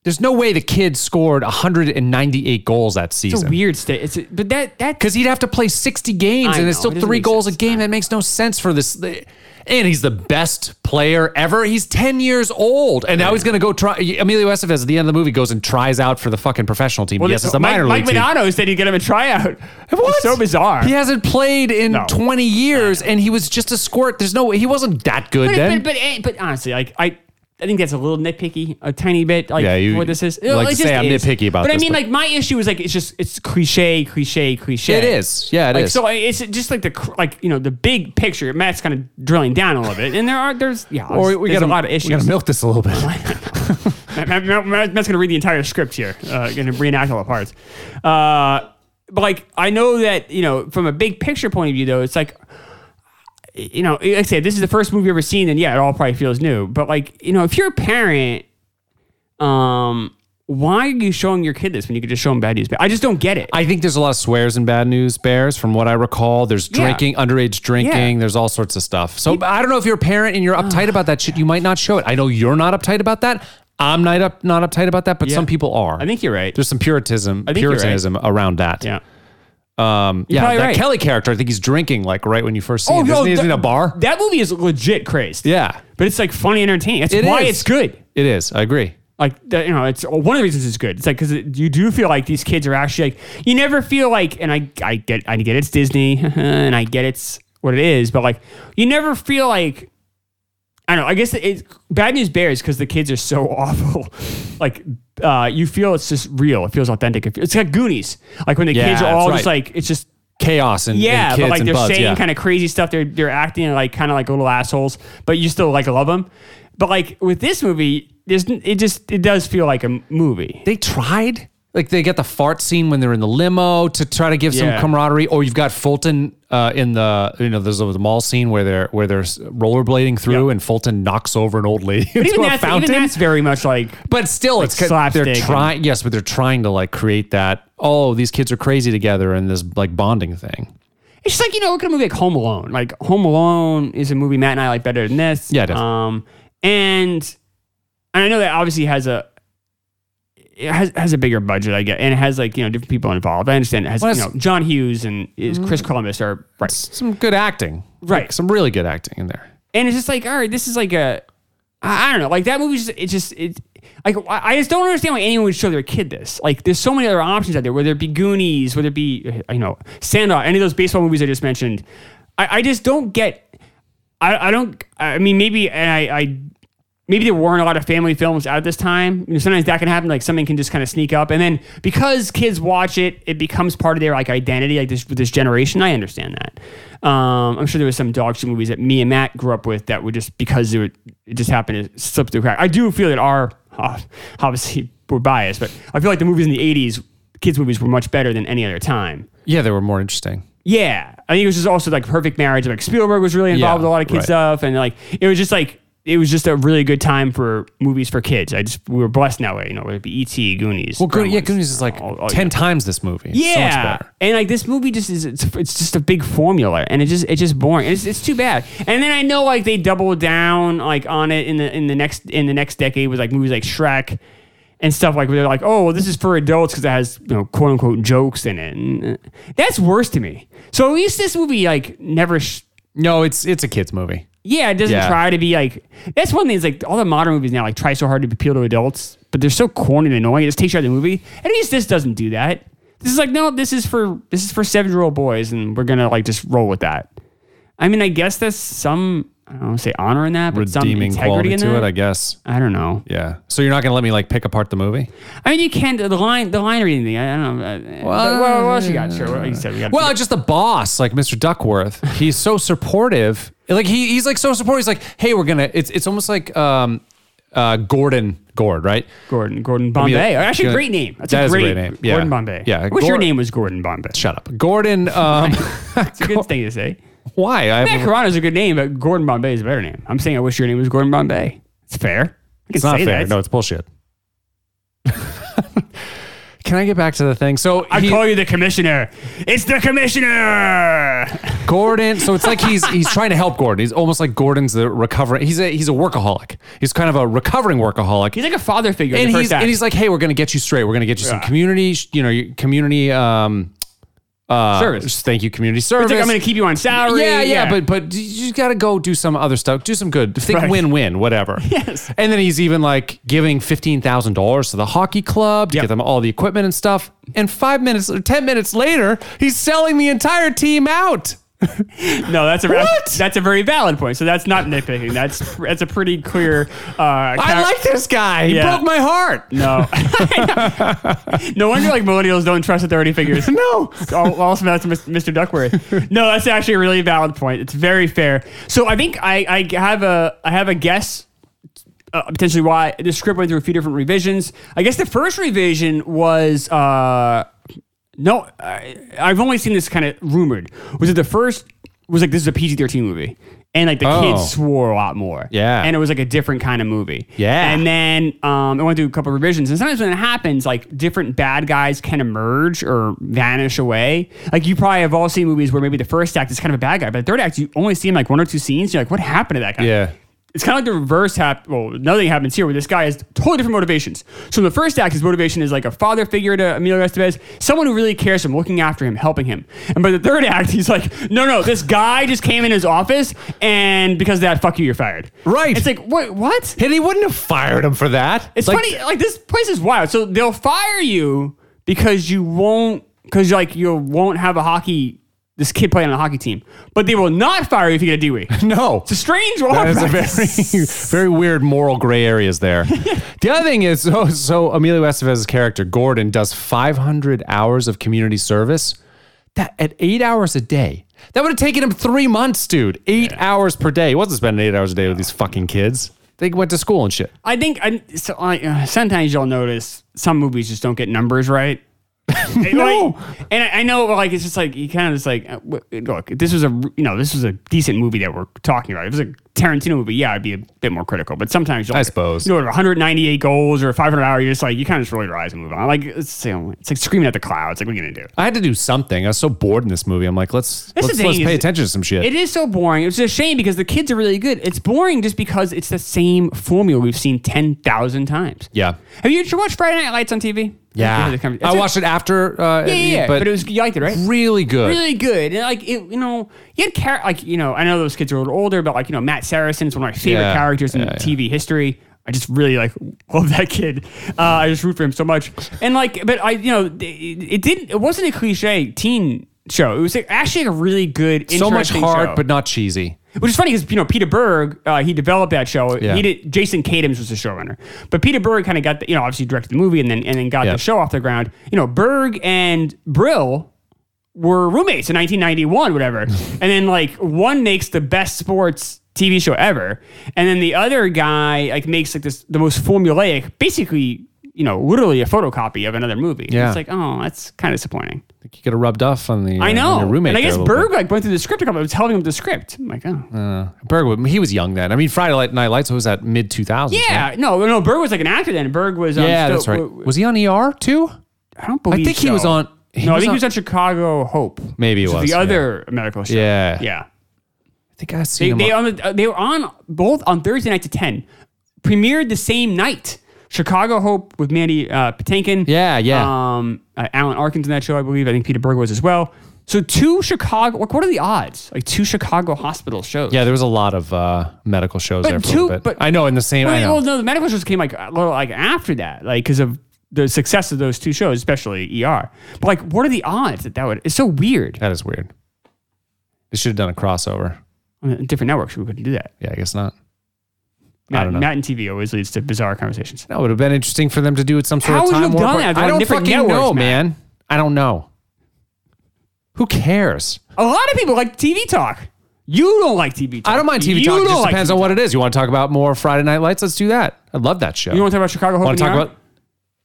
there's no way the kid scored 198 goals that
it's a
season.
weird state. It's a, but that, that,
Because he'd have to play 60 games,
I
and it's
know,
still
it doesn't
three
make
goals a
sense.
game. That makes no sense for this. And he's the best player ever. He's 10 years old, and now he's going to go try. Emilio Estevez at the end of the movie goes and tries out for the fucking professional team. yes,
this-
it's a minor
Mike,
league team.
Mike Manano said he'd get him a tryout. It's so bizarre.
He hasn't played in
No.
20 years, and he was just a squirt. There's no way he wasn't that good
but,
then.
but, but, eh, but honestly, like I. I think that's a little nitpicky, a tiny bit. Like
Yeah, you-
what this is.
you like
It
to
just
say I'm
is.
nitpicky about
But I
this,
mean,
but-
like my issue is like it's just it's cliche, cliche, cliche.
It is. Yeah, it
like,
is.
So I- it's just like the cr- like you know the big picture. Matt's kind of drilling down a little bit, and there are there's yeah.
or we
there's
got
a lot of
We got
issues.
to milk this a little bit.
Matt, Matt- Matt- Matt's going to read the entire script here, uh, going to reenact all the parts. Uh, but like, I know that you know, from a big picture point of view, though, it's like, you know, like I said, this is the first movie you've ever seen, and yeah, it all probably feels new. But like, you know, if you're a parent, um, why are you showing your kid this when you could just show him bad news? But I just don't get it.
I think there's a lot of swears and bad news bears, from what I recall. There's
Yeah.
drinking, underage drinking.
Yeah.
There's all sorts of stuff. So I don't know if you're a parent and you're uptight about that shit. You might not show it. I know you're not uptight about that. I'm not up, not uptight about that, but some people are.
I think you're right.
there's some puritanism,
think you're right.
puritanism around that.
yeah.
um, yeah.
probably
That
right. Oh,
Kelly character, I think he's drinking like right when you first see him. Isn't he-
that-
isn't he in a bar.
That movie is legit crazed.
Yeah,
But it's like funny, and entertaining. That's
It
why
is.
it's good.
it is. I agree.
like the, you know it's one of the reasons it's good it's like because you do feel like these kids are actually like you never feel like and i i get i get it's disney and i get it's what it is but like you never feel like i don't know i guess it's bad news bears because the kids are so awful like uh you feel it's just real it feels authentic It- it's like goonies like when the
Yeah,
kids are
that's
all
right.
just like it's just
Chaos and
yeah,
and kids
but like
and
they're
buds,
saying
yeah.
kind of crazy stuff. They're they're acting like kind of like little assholes, but you still like love them. But like with this movie, there's n- it just it does feel like a m- movie.
they tried. Like they get the fart scene when they're in the limo to try to give some
Yeah.
camaraderie, or you've got Fulton uh, in the you know there's the mall scene where they're where they're rollerblading through
Yeah.
and Fulton knocks over an old lady
But
into
even
a
that's, even
fountain.
that's very much like
but still, it's it's ca- they're
slapstick and-
trying yes, but they're trying to like create that oh these kids are crazy together and this like bonding thing.
it's just like you know look at a movie like Home Alone. Like Home Alone is a movie Matt and I like better than this.
Yeah, definitely.
um, and and I know that obviously has a. It has, has a bigger budget, I guess, and it has like you know different people involved. I understand it has
Well,
you know
it's-
John Hughes and is Chris Columbus are right.
Some good acting,
Right.
Like, some really good acting in there.
and it's just like all right this is like a i, I don't know like that movie's just it just it like i I just don't understand why anyone would show their kid this like there's so many other options out there whether it be goonies whether it be uh, you know sandlot any of those baseball movies i just mentioned i, I just don't get I, I don't i mean maybe and i i maybe there weren't a lot of family films out at this time. You know, sometimes that can happen. Like something can just kind of sneak up, and then because kids watch it, it becomes part of their like identity, like this this generation. I understand that. Um, I'm sure there was some dog shit movies that me and Matt grew up with that were just because it, would, it just happened to slip through the crack. I do feel that our uh, obviously we're biased, but I feel like the movies in the '80s, kids movies, were much better than any other time.
Yeah, they were more interesting.
Yeah, I think it was just also like perfect marriage. Like Spielberg was really involved
Yeah,
with a lot of kid
right.
stuff, and like it was just like it was just a really good time for movies for kids. I just we were blessed in that way, you know, whether it be E.T., Goonies.
Well, Goonies, yeah,
Gremlins.
Goonies is like
Oh, oh,
ten times this movie. It's so much
Yeah,
better.
and like this movie just is it's, it's just a big formula, and it just it's just boring. It's, it's too bad. And then I know like they doubled down like on it in the in the next in the next decade with like movies like Shrek and stuff like where they're like, oh, well, this is for adults because it has you know quote unquote jokes in it. And uh, that's worse to me. So at least this movie like never. Sh-
No, it's it's a kids movie.
yeah, it doesn't
Yeah.
try to be like. That's one thing. Is like all the modern movies now like try so hard to appeal to adults, but they're so corny and annoying. It just takes you out of the movie. At least this doesn't do that. This is like no, this is for this is for seven year old boys, and we're gonna like just roll with that. I mean, I guess that's some I don't want to say honor in that, but
Redeeming
some integrity
quality
in
to it,
that.
I guess.
I don't know.
Yeah. So you're not gonna let me like pick apart the movie?
I mean, you can't the line the line reading thing. I don't know. uh,
Well,
what, what else you got? Sure, what, you said we got.
Well, just the boss, like Mr. Duckworth. He's so supportive. Like he, he's like so supportive. He's like, hey, we're gonna. It's it's almost like um, uh, Gordon Gord, right?
Gordon Gordon
mean,
Bombay.
uh,
Actually,
good.
great name. That's
That
a
is
great, name.
Yeah.
Gordon Bombay.
Yeah,
I wish
Gor-
your name was Gordon Bombay.
Shut up, Gordon. Um,
It's a good thing to say.
why? I
Matt
have,
Carano's a good name, but Gordon Bombay is a better name. I'm saying I wish your name was Gordon Bombay. It's fair. I can
it's not
say
fair.
that.
No, it's bullshit. Can I get back to the thing? So
I
he-
call you the commissioner. It's the commissioner.
Gordon. So it's like he's he's trying to help Gordon. He's almost like Gordon's the recovering. He's a he's a workaholic. He's kind of a recovering workaholic.
He's like a father figure. in
and
the first
he's
act.
and he's like, hey, we're gonna get you straight. We're gonna get you some
Yeah.
community, sh- you know, your community um, uh,
Service.
just Thank you, community service.
It's like, I'm going to keep you on salary.
yeah, yeah, but but you got to go do some other stuff. Do some good. Think
Right.
win-win, whatever.
Yes.
And then he's even like giving fifteen thousand dollars to the hockey club to
Yep.
get them all the equipment and stuff. And five minutes or ten minutes later, he's selling the entire team out.
no, that's a
What?
that's a very valid point. So that's not nitpicking. That's that's a pretty clear. Uh,
I
char-
like this guy. He
Yeah.
broke my heart.
no. no wonder like millennials don't trust authority figures.
No.
all, all that's Mr. Duckworth. No, that's actually a really valid point. It's very fair. So I think I, I have a I have a guess uh, potentially why the script went through a few different revisions. I guess the first revision was uh, no, I, I've only seen this kind of rumored. Was it the first? Was like this is a PG thirteen movie, and like the
Oh.
kids swore a lot more.
Yeah.
and it was like a different kind of movie.
Yeah.
and then um, it went through a couple of revisions. And sometimes when it happens, like different bad guys can emerge or vanish away. Like you probably have all seen movies where maybe the first act is kind of a bad guy, but the third act you only see him like one or two scenes. You're like, what happened to that guy?
Yeah.
It's kind of like the reverse hap Well, another thing happens here where this guy has totally different motivations. So in the first act, his motivation is like a father figure to Emilio Estevez, someone who really cares for him, looking after him, helping him. And by the third act, he's like, no, no, this guy just came in his office, and because of that, fuck you, you're fired.
Right.
It's like, wait, what?
And he wouldn't have fired him for that.
It's
Like,
funny, like this place is wild. So they'll fire you because you won't, because like you won't have a hockey. This kid playing on a hockey team, but they will not fire you if you get a DUI. It's
No.
a strange law.
That is a
practice.
very, very weird moral gray areas there. the other thing is, so, so Emilio Estevez's character Gordon does 500 hours of community service. That at eight hours a day, that would have taken him three months, dude. Eight hours per day. He wasn't spending eight hours a day with these fucking kids. They went to school and shit.
I think I, so I, uh, sometimes you'll notice some movies just don't get numbers right. And,
No.
like- and I, I know, like it's just like you kind of just like uh, w- look. This was a you know this was a decent movie that we're talking about. If it was a Tarantino movie, yeah, I'd be a bit more critical. But sometimes you'll,
I suppose.
you know 198 goals or 500 hour. You're just like you kind of just roll your eyes and move on. Like it's, you know, it's like screaming at the clouds. Like what are you gonna do?
I had to do something. I was so bored in this movie. I'm like, let's
That's the
let's, let's
thing
pay
is-
attention to some shit.
It is so boring. It's a shame because the kids are really good. It's boring just because it's the same formula we've seen 10,000 times.
Yeah.
Have you, did you watch Friday Night Lights on TV?
yeah, I watched it after. Uh,
Yeah, yeah, yeah. But,
but,
it was, you liked it, right?
really good.
Really good. And like, it, you know, you had char- like, you know, I know those kids are a little older, but like, you know, Matt Saracen is one of my favorite
Yeah.
characters in
Yeah, yeah.
TV history. I just really like love that kid. Uh, I just root for him so much. And like, but I, you know, it, it didn't, it wasn't a cliche teen show. It was actually a really good,
so much
interesting
hard,
show.
but not cheesy.
Which is funny because you know Peter Berg, uh, he developed that show.
Yeah.
He did. Jason Kadams was the showrunner, but Peter Berg kind of got the, you know obviously directed the movie and then and then got
Yeah.
the show off the ground. You know Berg and Brill were roommates in 1991, whatever. and then like one makes the best sports TV show ever, and then the other guy like makes like this the most formulaic, basically you know literally a photocopy of another movie.
Yeah.
It's like oh that's kind of disappointing.
think you could have rubbed off on the uh,
I
on
know.
your roommate.
and I
there a
guess
little
Berg like went through the script a couple. I was telling him the script. I'm like, oh.
bit. Berg, was- he was young then. I mean, Friday Night Lights was at mid 2000s.
yeah. No, no. Berg was like an actor then. Berg was. Um,
yeah,
still-
that's right.
w- w-
was he on ER too?
I don't believe.
I think he was
so.
on- he
no,
was
I think
on-
he was on Chicago Hope.
Maybe he
which is
was,
the other medical show.
Yeah.
Yeah.
I think I
They,
seen
they,
him. on-
on the, uh, they were on both on Thursday night to ten. Premiered the same night. Chicago Hope with Mandy uh, Patinkin.
Yeah, yeah.
Um, uh, Alan Arkin's in that show, I believe. I think Peter Berg was as well. So two Chicago. Like, what are the odds? Like two Chicago hospital shows.
yeah, there was a lot of uh, medical shows there
But
for a
two,
little bit.
but
I know in the same.
Well,
I know.
well, no, the medical shows came like a little like after that, like because of the success of those two shows, especially ER. But like, what are the odds that that would? It's so weird.
That is weird. They should have done a crossover.
On a different networks, we couldn't do that.
Yeah, I guess not.
Matt,
don't know.
Matt and TV always leads to bizarre conversations.
That would have been interesting for them to do it some sort of
How would you
time
have
warp.
done
or-
that? They're
I
on
don't
different
fucking
networks,
know,
Matt.
man. I don't know. Who cares?
A lot of people like TV talk. You don't like TV talk.
I don't mind TV
you
talk. It
Don't
just
like
depends
TV
on
talk.
what it is. You want to talk about more Friday Night Lights? Let's do that. I love that show.
you want to talk about Chicago Hope.
want to
and
talk
ER?
about?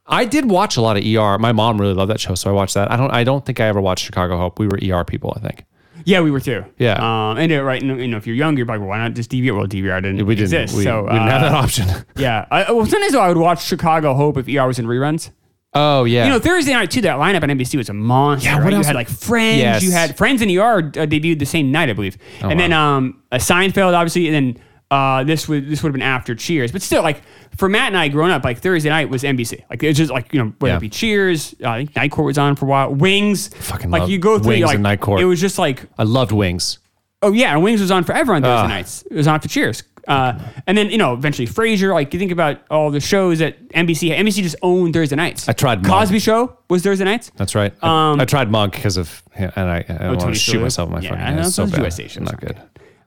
I did watch a lot of ER. My mom really loved that show, so I watched that. I don't. I don't think I ever watched Chicago Hope. We were ER people, I think.
Yeah, we were too.
Yeah.
Um, and uh, right, and, you know, if you're younger, you're like, well, why not just DVR? Well, DVR didn't
We didn't.
exist.
we,
so
we didn't have
uh,
that option.
Yeah. I, well, sometimes though, I would watch Chicago Hope if ER was in reruns.
oh yeah.
You know, Thursday night too. That lineup on NBC was a monster.
Yeah, what
right?
else-
You had like Friends.
Yes. Oh,
You had Friends in the Yard uh, debuted the same night, I believe. and then um, a Seinfeld, obviously, and then uh, this would this would have been after Cheers, but still, like for Matt and I growing up, like Thursday night was NBC. Like it's just like you know whether
Yeah.
it be Cheers, uh, I think Night Court was on for a while. Wings,
Fucking
like
love
you go through
Wings
you're like
and Night Court.
It was just like
I loved Wings.
Oh yeah, and Wings was on forever on Thursday
Ugh.
nights. It was on for Cheers, uh, and then you know eventually Frasier. Like you think about all the shows that NBC had. NBC just owned Thursday nights. I
tried Monk.
Cosby Show was Thursday nights.
That's right. I,
Um,
I
Oh,
tried Monk because of and I, I want to
Tony
shoot
Shalhoub.
myself in my
Yeah,
fucking
I
head.
know,
It's so
those
bad.
USA shows
Not
aren't
good.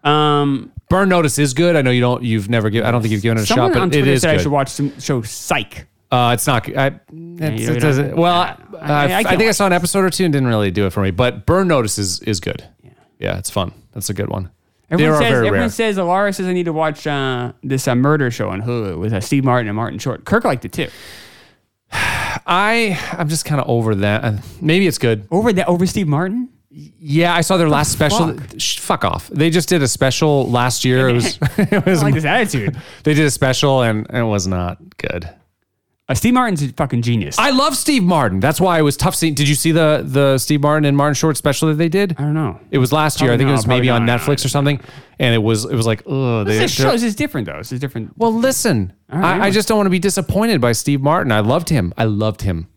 Um,
Burn Notice is good. I know you don't. You've never given. I don't think you've given it a
someone
shot, but
on
it
Twitter
is
said
good.
I should watch some show Psych.
uh, it's not. I, it's,
you're
it
not-
doesn't. Well, I, I,
I- I- I
I
can't
think I
watch
saw an episode or two and didn't really do it for me. But Burn Notice is is good. Yeah, it's fun. That's a good one.
Everyone
they are
says
very
everyone
rare.
says Alara says I need to watch uh, this uh, murder show on Hulu with uh, Steve Martin and Martin Short. Kirk liked it too.
I I'm just kind of over that. Uh, Maybe it's good.
Over that over Steve Martin.
Yeah, I saw their last special.
fuck?
Sh- fuck off. They just did a special last year. It was. It
I
was
don't like this attitude.
they did a special and it was not good.
Uh, Steve Martin's a fucking genius.
I love Steve Martin. That's why it was tough. Seeing, did you see the the Steve Martin and Martin Short special that they did?
I don't know.
It was last year. I
Probably
think it
not,
was maybe
probably
on
not,
Netflix or something. And it was it was like ugh. They,
This
they're-
show is different though. This is different.
well, listen.
right.
I, I just don't want to be disappointed by Steve Martin. I loved him. I loved him.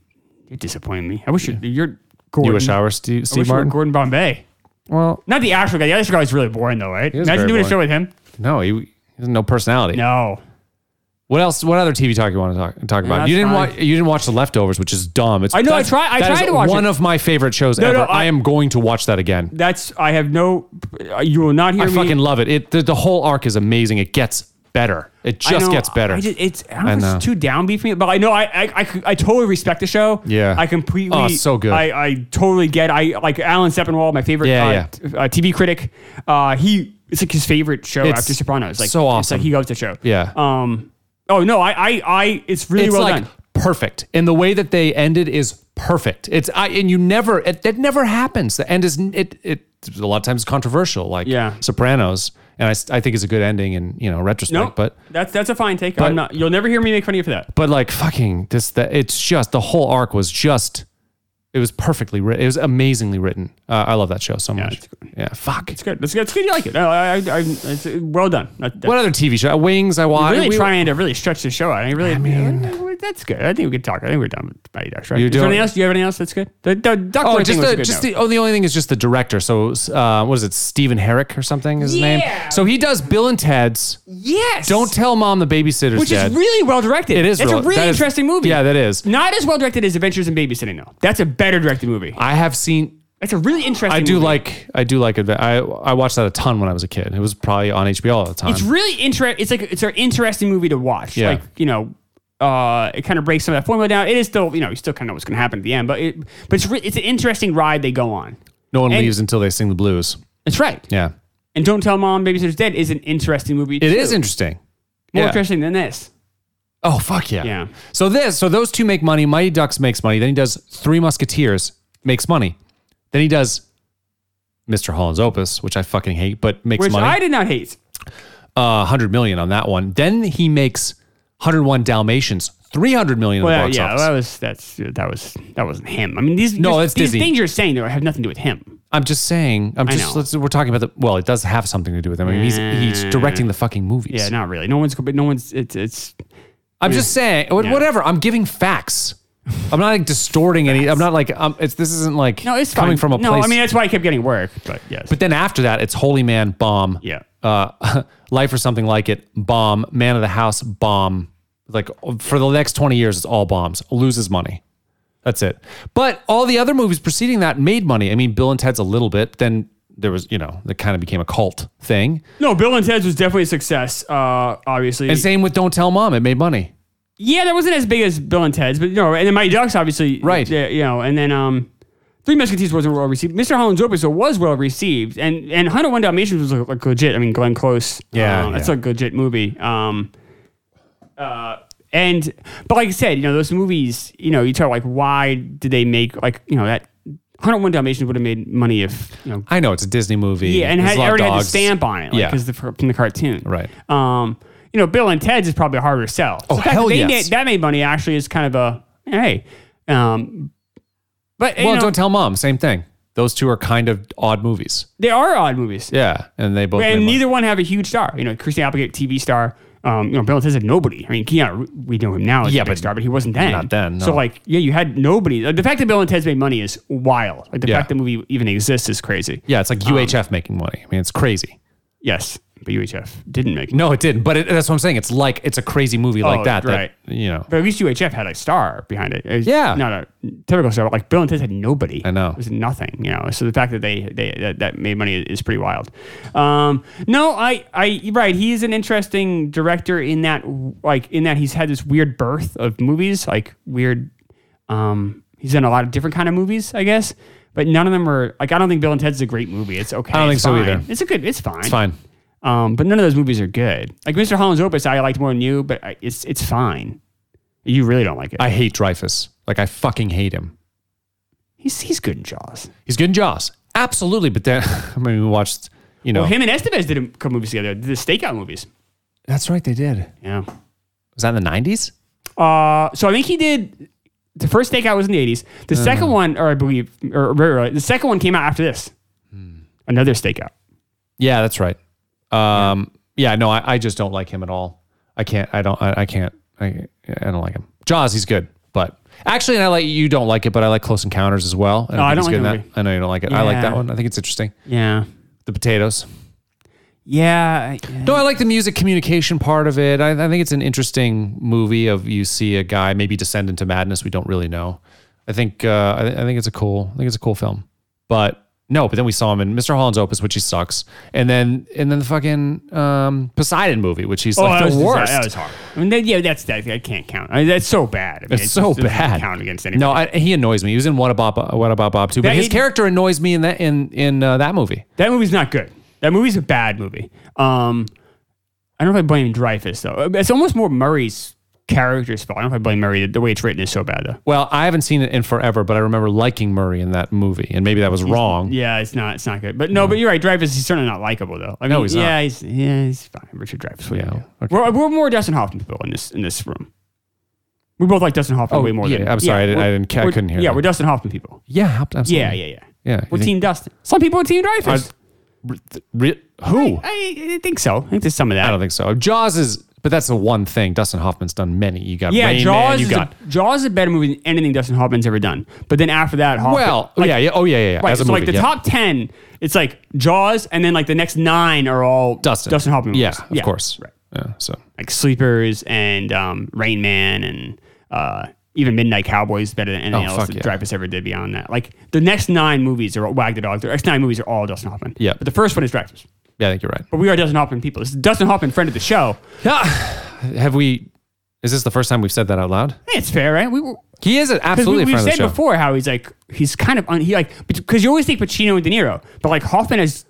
You're disappointing me. I wish you're, you're Gordon.
You wish I were Steve,
I wish
Steve
you were
Martin?
Gordon Bombay.
Well,
Not the actual guy. The other guy was really boring though, right?
is
Imagine
very
doing a show
boring.
with him.
no, he, he has no personality.
No.
What else? What other TV talk you want to talk, talk about?
that's
you didn't
fine.
watch. You didn't watch The Leftovers, which is dumb. It's
I know, I
that's-
try- I
that is
tried to watch
one
it.
of my favorite shows
No,
ever.
no,
I,
I-
am going to watch that again.
That's I have no. You will not hear
I
me.
fucking love it. It the, the whole arc is amazing. It gets better. It
I
just
know,
gets better.
I just, it's I don't know,
I
if
know.
it's too downbeat for me, but I know I I, I c- I totally respect the show.
Yeah.
I completely.
Oh, it's so good.
I, I totally get. I like Alan Sepinwall, my favorite.
Yeah,
uh,
yeah.
t- Uh, TV critic. Uh, he it's like his favorite show
It's
after Sopranos. Like
so
It's like
awesome.
he loves the show.
Yeah.
Um. Oh no, I I, I it's really
it's
well
like
done.
perfect. And the way that they ended is perfect. It's I and you never it, that never happens. The end is it it a lot of times controversial, like
Yeah.
Sopranos. And I, s- I think it's a good ending in you know retrospect,
No,
but
that's that's a fine take.
but-
I'm not. You'll never hear me make fun of you for that.
but like fucking this that it's just the whole arc was just it was perfectly written. It was amazingly written. Uh, I love that show so much.
it's
Yeah, fuck.
It's good. That's good. It's good. You like it. No, I, I, I, it's, uh, well done. That, that,
What other TV show? Wings. I watched.
really
we-
trying to really stretch the show out. I really. I mean, that's good. I think we could talk. I think we're done with Mighty Ducks, right?
You
Is there
doing-
anything else? Do you have anything else that's good? The, the Duckworth
Oh, just
thing was a
the
good
just
note.
the oh the only thing is just the director. So uh, what is it? Stephen Herrick or something is his
Yeah.
name. So he does Bill and Ted's.
yes.
Don't tell mom the babysitter's
Which
dead.
is really well directed.
It is
It's
real-
a really
that is-
interesting movie.
Yeah, that is.
Not as well directed as Adventures in Babysitting, though. That's a better directed movie.
I have seen
It's a really interesting.
I do
movie.
like I do like adve- I I watched that a ton when I was a kid. It was probably on HBO all the time.
It's really interesting. It's like it's an interesting movie to watch.
Yeah.
Like you know, uh, it kind of breaks some of that formula down. It is still you know you still kind of know what's going to happen at the end, but it but it's re- it's an interesting ride they go on.
no one
and-
leaves until they sing the blues.
That's right.
Yeah,
And don't tell mom, babysitter's dead is an interesting movie.
it is interesting.
more
yeah.
interesting than this.
Oh fuck yeah!
Yeah.
So this, so those two make money. Mighty Ducks makes money. Then he does Three Musketeers makes money. Then he does Mr. Holland's Opus, which I fucking hate, but makes
Which
money.
I did not hate.
uh, 100 million on that one. Then he makes 101 Dalmatians, 300 million in the
Well,
box
yeah,
office.
that was that's that was that wasn't him. I mean, these
No,
these,
that's
these
Disney.
things you're saying there have nothing to do with him.
I'm just saying. I'm
know.
just. Let's, we're talking about the. Well, it does have something to do with him. I mean, he's he's directing the fucking movies.
Yeah, not really. No one's but no one's it's it's
I'm just saying. wh-
Yeah.
Whatever. I'm giving facts. I'm not like distorting any. I'm not like. Um, it's this isn't like.
no, it's
coming
fine.
from a
no.
place.
I mean, that's why I kept getting work. But yes,
But then after that, it's Holy Man Bomb.
Yeah.
Uh, Life or something like it. Bomb. Man of the House. Bomb. Like for the next twenty years, it's all bombs. Loses money. That's it. But all the other movies preceding that made money. I mean, Bill and Ted's a little bit. Then there was, you know, that kind of became a cult thing.
no, Bill and Ted's was definitely a success. Uh, obviously,
And same with Don't Tell Mom. It made money.
yeah, that wasn't as big as Bill and Ted's, but you know, and then Mighty Ducks, obviously,
Right.
they- you know, and then um, Three Musketeers wasn't well received. Mr. Holland's Opus was well received, and and 101 Dalmatians was like, like legit. I mean, Glenn Close,
Yeah,
um, that's
yeah.
a legit movie. Um, uh, and but like I said, you know, those movies, you know, you tell like why did they make like you know that 101 Dalmatians would have made money if you know
I know it's a Disney movie.
yeah, and
There's
had,
a lot of
already had the
dogs.
stamp on it, like,
Yeah.
yeah, the, from the cartoon,
Right.
Um, you know, Bill and Ted's is probably a harder sell.
Oh,
the fact
hell
that they
yes.
made- that made money actually is kind of a hey, um, but you
Well,
know,
Don't Tell Mom. Same thing. Those two are kind of odd movies.
they are odd movies,
Yeah, and they both. made
and
money.
neither one have a huge star. You know, Christian Applegate, TV star. Um, you know, Bill and Ted's had nobody. I mean, Keanu, we know him now as
Yeah,
a big
but
star, but he wasn't then.
not then,
So
no.
like, yeah, you had nobody. Like, the fact that Bill and Ted's made money is wild. Like the
Yeah.
fact the movie even exists is crazy.
Yeah, it's like UHF making money. I mean, it's crazy.
Yes, but UHF didn't make.
No, it didn't. But it, that's what I'm saying. It's like it's a crazy movie like
Oh,
that.
right.
That you know.
But at least UHF had a star behind it. It was
Yeah.
not a typical star. but, Like Bill and Ted had nobody.
I know.
it was nothing. You know, so the fact that they they that, that made money is pretty wild. Um, no, I I you're right. He is an interesting director in that like in that he's had this weird birth of movies, like weird. Um, he's done a lot of different kind of movies, I guess. But none of them are like I don't think Bill and Ted's a great movie. It's okay.
I don't
it's
think so
fine.
either.
It's a good. It's fine.
It's fine.
Um, but none of those movies are good. Like Mr. Holland's Opus, I liked more than you, but I, it's it's fine. You really don't like it.
I hate Dreyfus. Like I fucking hate him.
he's he's good in Jaws.
He's good in Jaws, absolutely. But then I mean, we watched. You know.
Well, him and Estevez did a couple movies together. The Stakeout movies.
that's right. They did.
Yeah.
Was that in the 90s?
Uh, so I think he did. The first Stakeout was in the eighties. The
Uh-huh.
second one, or I believe, or, or- or- the second one came out after this.
Hmm.
Another Stakeout.
Yeah, that's right. Um, yeah. no, I, I just don't like him at all. I can't. I don't. I, I can't. I, I don't like him. Jaws, he's good, but actually, and I like you don't like it, but I like Close Encounters as well. And
Oh, I
think
don't
he's
like
good
that
in that. I know you don't like it. I like that
Yeah.
one. I think it's interesting.
Yeah.
The potatoes.
Yeah. yeah.
No, I like the music communication part of it. I, I think it's an interesting movie of you see a guy maybe descend into madness. We don't really know. I think uh, I, I think it's a cool I think it's a cool film. But no, but then we saw him in Mr. Holland's Opus, which he sucks, and then and then the fucking um, Poseidon movie, which he's
that
like
Oh, was
the
desi-
worst.
That was hard. I mean, that, yeah, that's that. I can't count. I mean, that's so bad. I mean,
it's,
it
so
just doesn't
bad.
Count against anybody.
no, I, he annoys me. He was in What About Bob- What About Bob too, but
That-
his
he-
character annoys me in that in in uh, that movie.
That movie's not good. That movie's a bad movie. Um, I don't know if I blame Dreyfus though. Uh, It's almost more Murray's character's fault. I don't know if I blame Murray. The way it's written is so bad though.
Well, I haven't seen it in forever, but I remember liking Murray in that movie, and maybe that was wrong.
Yeah, it's not. It's not good. But no, but you're right. Dreyfus, he's certainly not likable though. I mean,
No, he's not.
yeah, he's yeah, he's fine. Richard Dreyfus.
Yeah,
Yeah,
okay.
we're, we're more Dustin Hoffman people in this in this room. We both like Dustin Hoffman
Oh,
way more.
yeah,
than
I'm sorry, I didn't- I
we're-
didn't ca- I
we're-
couldn't hear
Yeah,
that.
we're Dustin Hoffman people.
Yeah, ab- absolutely.
Yeah, yeah, yeah.
Yeah,
We're
you
Team Dustin. Some people are Team Dreyfus.
Re- who? I,
I, I think so. I think there's some of that.
don't think so. Jaws is, but that's the one thing Dustin Hoffman's done many. You got
Yeah,
Rain
Jaws.
Man, you
is
got
a, Jaws is a better movie than anything Dustin Hoffman's ever done. But then after that, Hoffman,
well,
like,
yeah, yeah, oh yeah, yeah, yeah.
right.
As a
so
movie,
like the
yeah.
top ten, it's like Jaws, and then like the next nine are all
Dustin,
Dustin Hoffman. Movies.
yeah, of course,
right.
Yeah, so
Like Sleepers and um, Rain Man and uh, even Midnight Cowboy is better than anything
Oh,
else
fuck
that
yeah.
Dreyfus ever did beyond that. Like the next nine movies are Wag the Dog. The next nine movies are all Dustin Hoffman.
Yeah.
But the first one is Dreyfus.
Yeah, I think you're right.
But we are Dustin Hoffman people. This is Dustin Hoffman, friend of the show.
Yeah. Have we? Is this the first time we've said that out loud?
Hey, it's fair, right? We were.
He is an
Because
absolutely
we,
a
we've
friend of the
said
show.
before how he's like he's kind of un, he like because you always think Pacino and De Niro, but like Hoffman is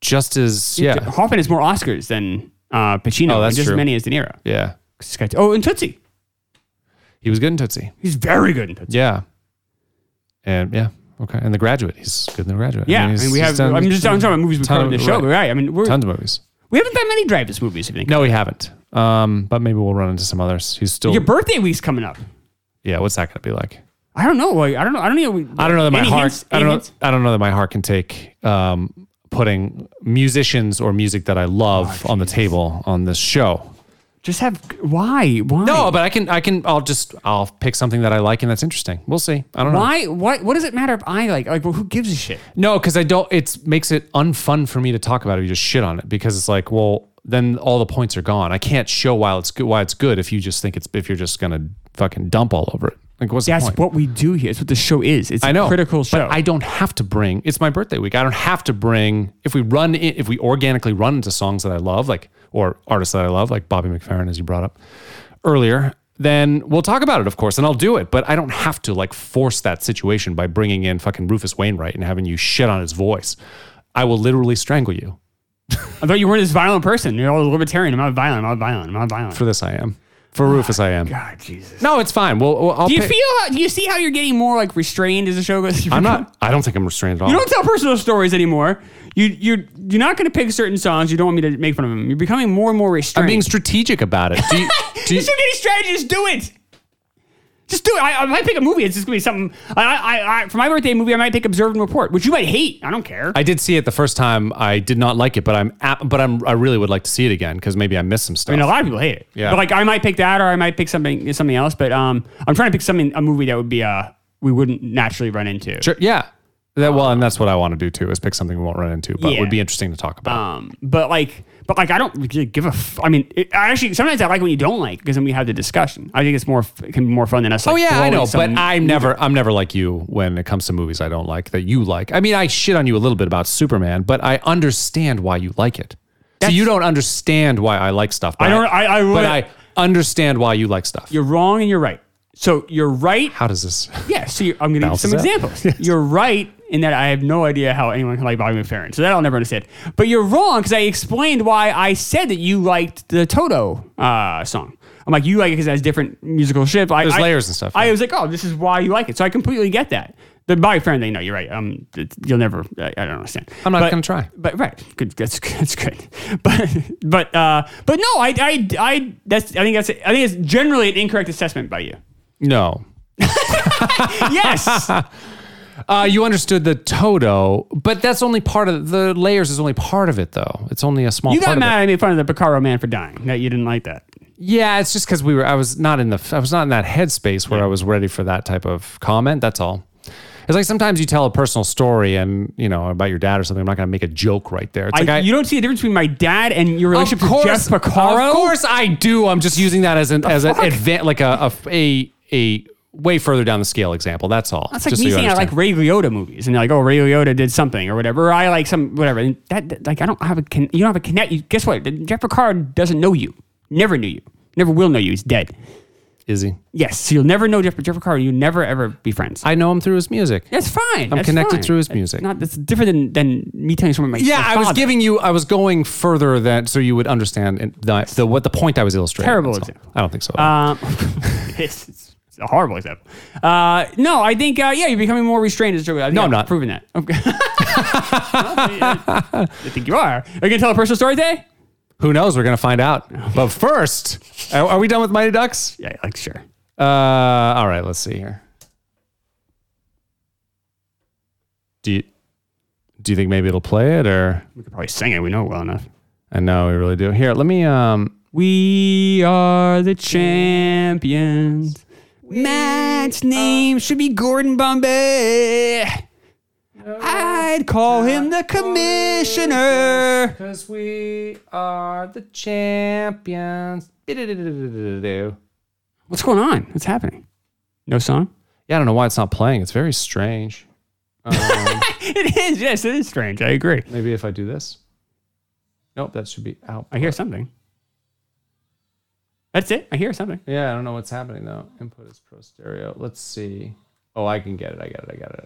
Just as yeah,
Hoffman is more Oscars than uh, Pacino.
Oh, that's
and just as
true.
many as De Niro.
yeah.
'Cause this guy- Oh, and Tootsie,
He was good in Tootsie.
he's very good in Tootsie.
Yeah. And yeah, okay. And The Graduate. He's good in The Graduate.
Yeah, I mean,
he's-
we
he's
have.
done-
I'm just I'm talking about movies we've
ton of-
covered in the show,
right.
but right? I mean, we're,
Tons of movies.
we haven't done many Dreyfus movies. I think.
No, we haven't. Um, but maybe we'll run into some others. He's still.
Your birthday week's coming up.
yeah. What's that going to be like?
I don't know. Like, I don't know. I don't know.
I don't know that my
Any
heart.
hints?
I don't
Any
know.
hints?
I don't know that my heart can take um, putting musicians or music that I love on the table on this show.
Just have why? Why?
No, but I can. I can. I'll just. I'll pick something that I like and that's interesting. We'll see. I don't know.
why? What? What does it matter if I like? Like, well, who gives a shit?
No, because I don't. It makes it unfun for me to talk about it. You just shit on it because it's like, well, then all the points are gone. I can't show why it's good. Why it's good if you just think it's if you're just gonna fucking dump all over it. Like, what's
That's
the point?
what we do here. It's what the show is. It's
I know
a critical show.
but I don't have to bring. It's my birthday week. I don't have to bring. If we run, in, if we organically run into songs that I love, like or artists that I love, like Bobby McFerrin, as you brought up earlier, then we'll talk about it, of course, and I'll do it. But I don't have to like force that situation by bringing in fucking Rufus Wainwright and having you shit on his voice. I will literally strangle you.
I thought you weren't this violent person. You're all libertarian. I'm not violent. I'm not violent. I'm not violent.
For this, I am. For Rufus, I am.
Oh God, Jesus.
No, it's fine. Well, well, I'll
Do you
pick-
feel? how- Do you see how you're getting more like restrained as the show goes?
I'm not. I don't think I'm restrained at all.
You don't tell personal stories anymore. You you you're not going to pick certain songs. You don't want me to make fun of them. You're becoming more and more restrained.
I'm being strategic about it. Do you, do you,
you should get any strategies. Do it. Just do it. I, I might pick a movie. It's just gonna be something. I, I, I for my birthday movie, I might pick Observe and Report, which you might hate. I don't care.
I did see it the first time. I did not like it, but I'm ap- but I'm I really would like to see it again because maybe I missed some stuff.
I mean, a lot of people hate it.
Yeah.
But like, I might pick that, or I might pick something something else. But um, I'm trying to pick something a movie that would be uh we wouldn't naturally run into.
Sure, yeah. That, well, and that's what I want to do too is pick something we won't run into, but
Yeah.
would be interesting to talk about.
Um, but like, but like, I don't really give a. F- I mean, it, I actually sometimes I like when you don't like because then we have the discussion. I think it's more f- it can be more fun than us. Like,
oh yeah, I
throwing
know, but
some-
I'm never I'm never like you when it comes to movies I don't like that you like. I mean, I shit on you a little bit about Superman, but I understand why you like it. so you don't understand why I like stuff. But
I don't- I- I
but
would-
I understand why you like stuff.
You're wrong and you're right. So you're right.
How does this?
Yeah. So you're, I'm going to give some
Balances out.
examples. You're right in that I have no idea how anyone can like Bobby McFerrin. So that I'll never understand. But you're wrong because I explained why I said that you liked the Toto uh, song. I'm like, you like it because it has different musical shit. I,
There's
I-
layers and stuff,
I
yeah.
was like, oh, this is why you like it. So I completely get that. The Bobby McFerrin thing, no, you're right. Um, it- you'll never. I, I don't understand.
I'm not
But-
gonna try.
But right, good. That's that's good. But but uh, but no, I I, I that's I think that's I think it's generally an incorrect assessment by you.
No,
Yes.
Uh, you understood the Toto, but that's only part of the layers. Is only part of it, though. It's only a small.
You
part
got
of
mad. I made fun of the Picaro man for dying. That you didn't like that.
It. Yeah, it's just because we were. I was not in the. I was not in that headspace where I was ready for that type of comment. That's all. It's like sometimes you tell a personal story and you know about your dad or something. I'm not going to make a joke right there. It's like
I,
I, Oh,
you don't see a difference between my dad and your relationship with Jeff Picaro.
Of course I do. I'm just using that as an as an advan- like a, a a a way further down the scale example. That's all.
That's like
Just so
me
you
saying I like
understand.
Ray Liotta movies, and you're like, oh, Ray Liotta did something or whatever. Or I like some whatever. And that, that- like I don't have a con- you don't have a connect. You, guess what? Jeff Picaro doesn't know you. Never knew you. Never will know you. He's dead.
Izzy.
Yes, so you'll never know Jeff, Jeff Picaro. You'll never ever be friends.
I know him through his music.
that's fine.
I'm
That's
connected
fine.
through his
That's
music.
Not that's different than, than me telling someone my
Yeah,
my
I was
father.
giving you. I was going further than so you would understand in the, the what the point I was illustrating.
Terrible
That's all.
example.
I don't think so.
Um, it's, it's a horrible example. Uh, no, I think uh, yeah, you're becoming more restrained as a journalist. I think
No,
I've
I'm not.
Proven that. Okay. I think you are. Are you gonna tell a personal story today?
Who knows? We're gonna find out. But first, are, are we done with Mighty Ducks?
Yeah, like sure.
Uh, all right. Let's see here. Do you do you think maybe it'll play it or?
We could probably sing it. We know it well enough.
I know we really do. Here, let me. Um,
We are the champions. Matt's name should be Gordon Bombay. I'd call him the commissioner.
Because we are the champions.
What's going on? What's happening? No song?
Yeah, I don't know why it's not playing. It's very strange.
It is. Yes, it is strange. I agree.
Maybe if I do this. Nope, that should be out.
I hear something. That's it. I hear something.
Yeah, I don't know what's happening though. Input is pro stereo. Let's see. Oh, I can get it. I got it. I got it.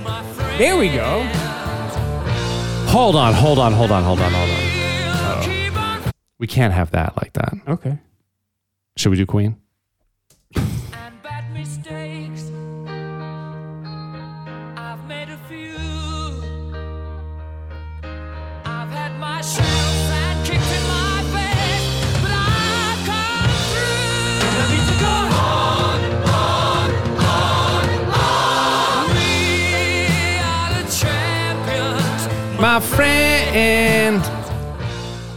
I got it.
There we go.
Hold on. Hold on. Hold on. Hold on. Hold on. We can't have that like that.
Okay.
Should we do Queen?
and bad mistakes. I've made a few. I've had my shells that kicked in my face, but I've come through. I need to go on, on, on, on. We are the champions.
My friend.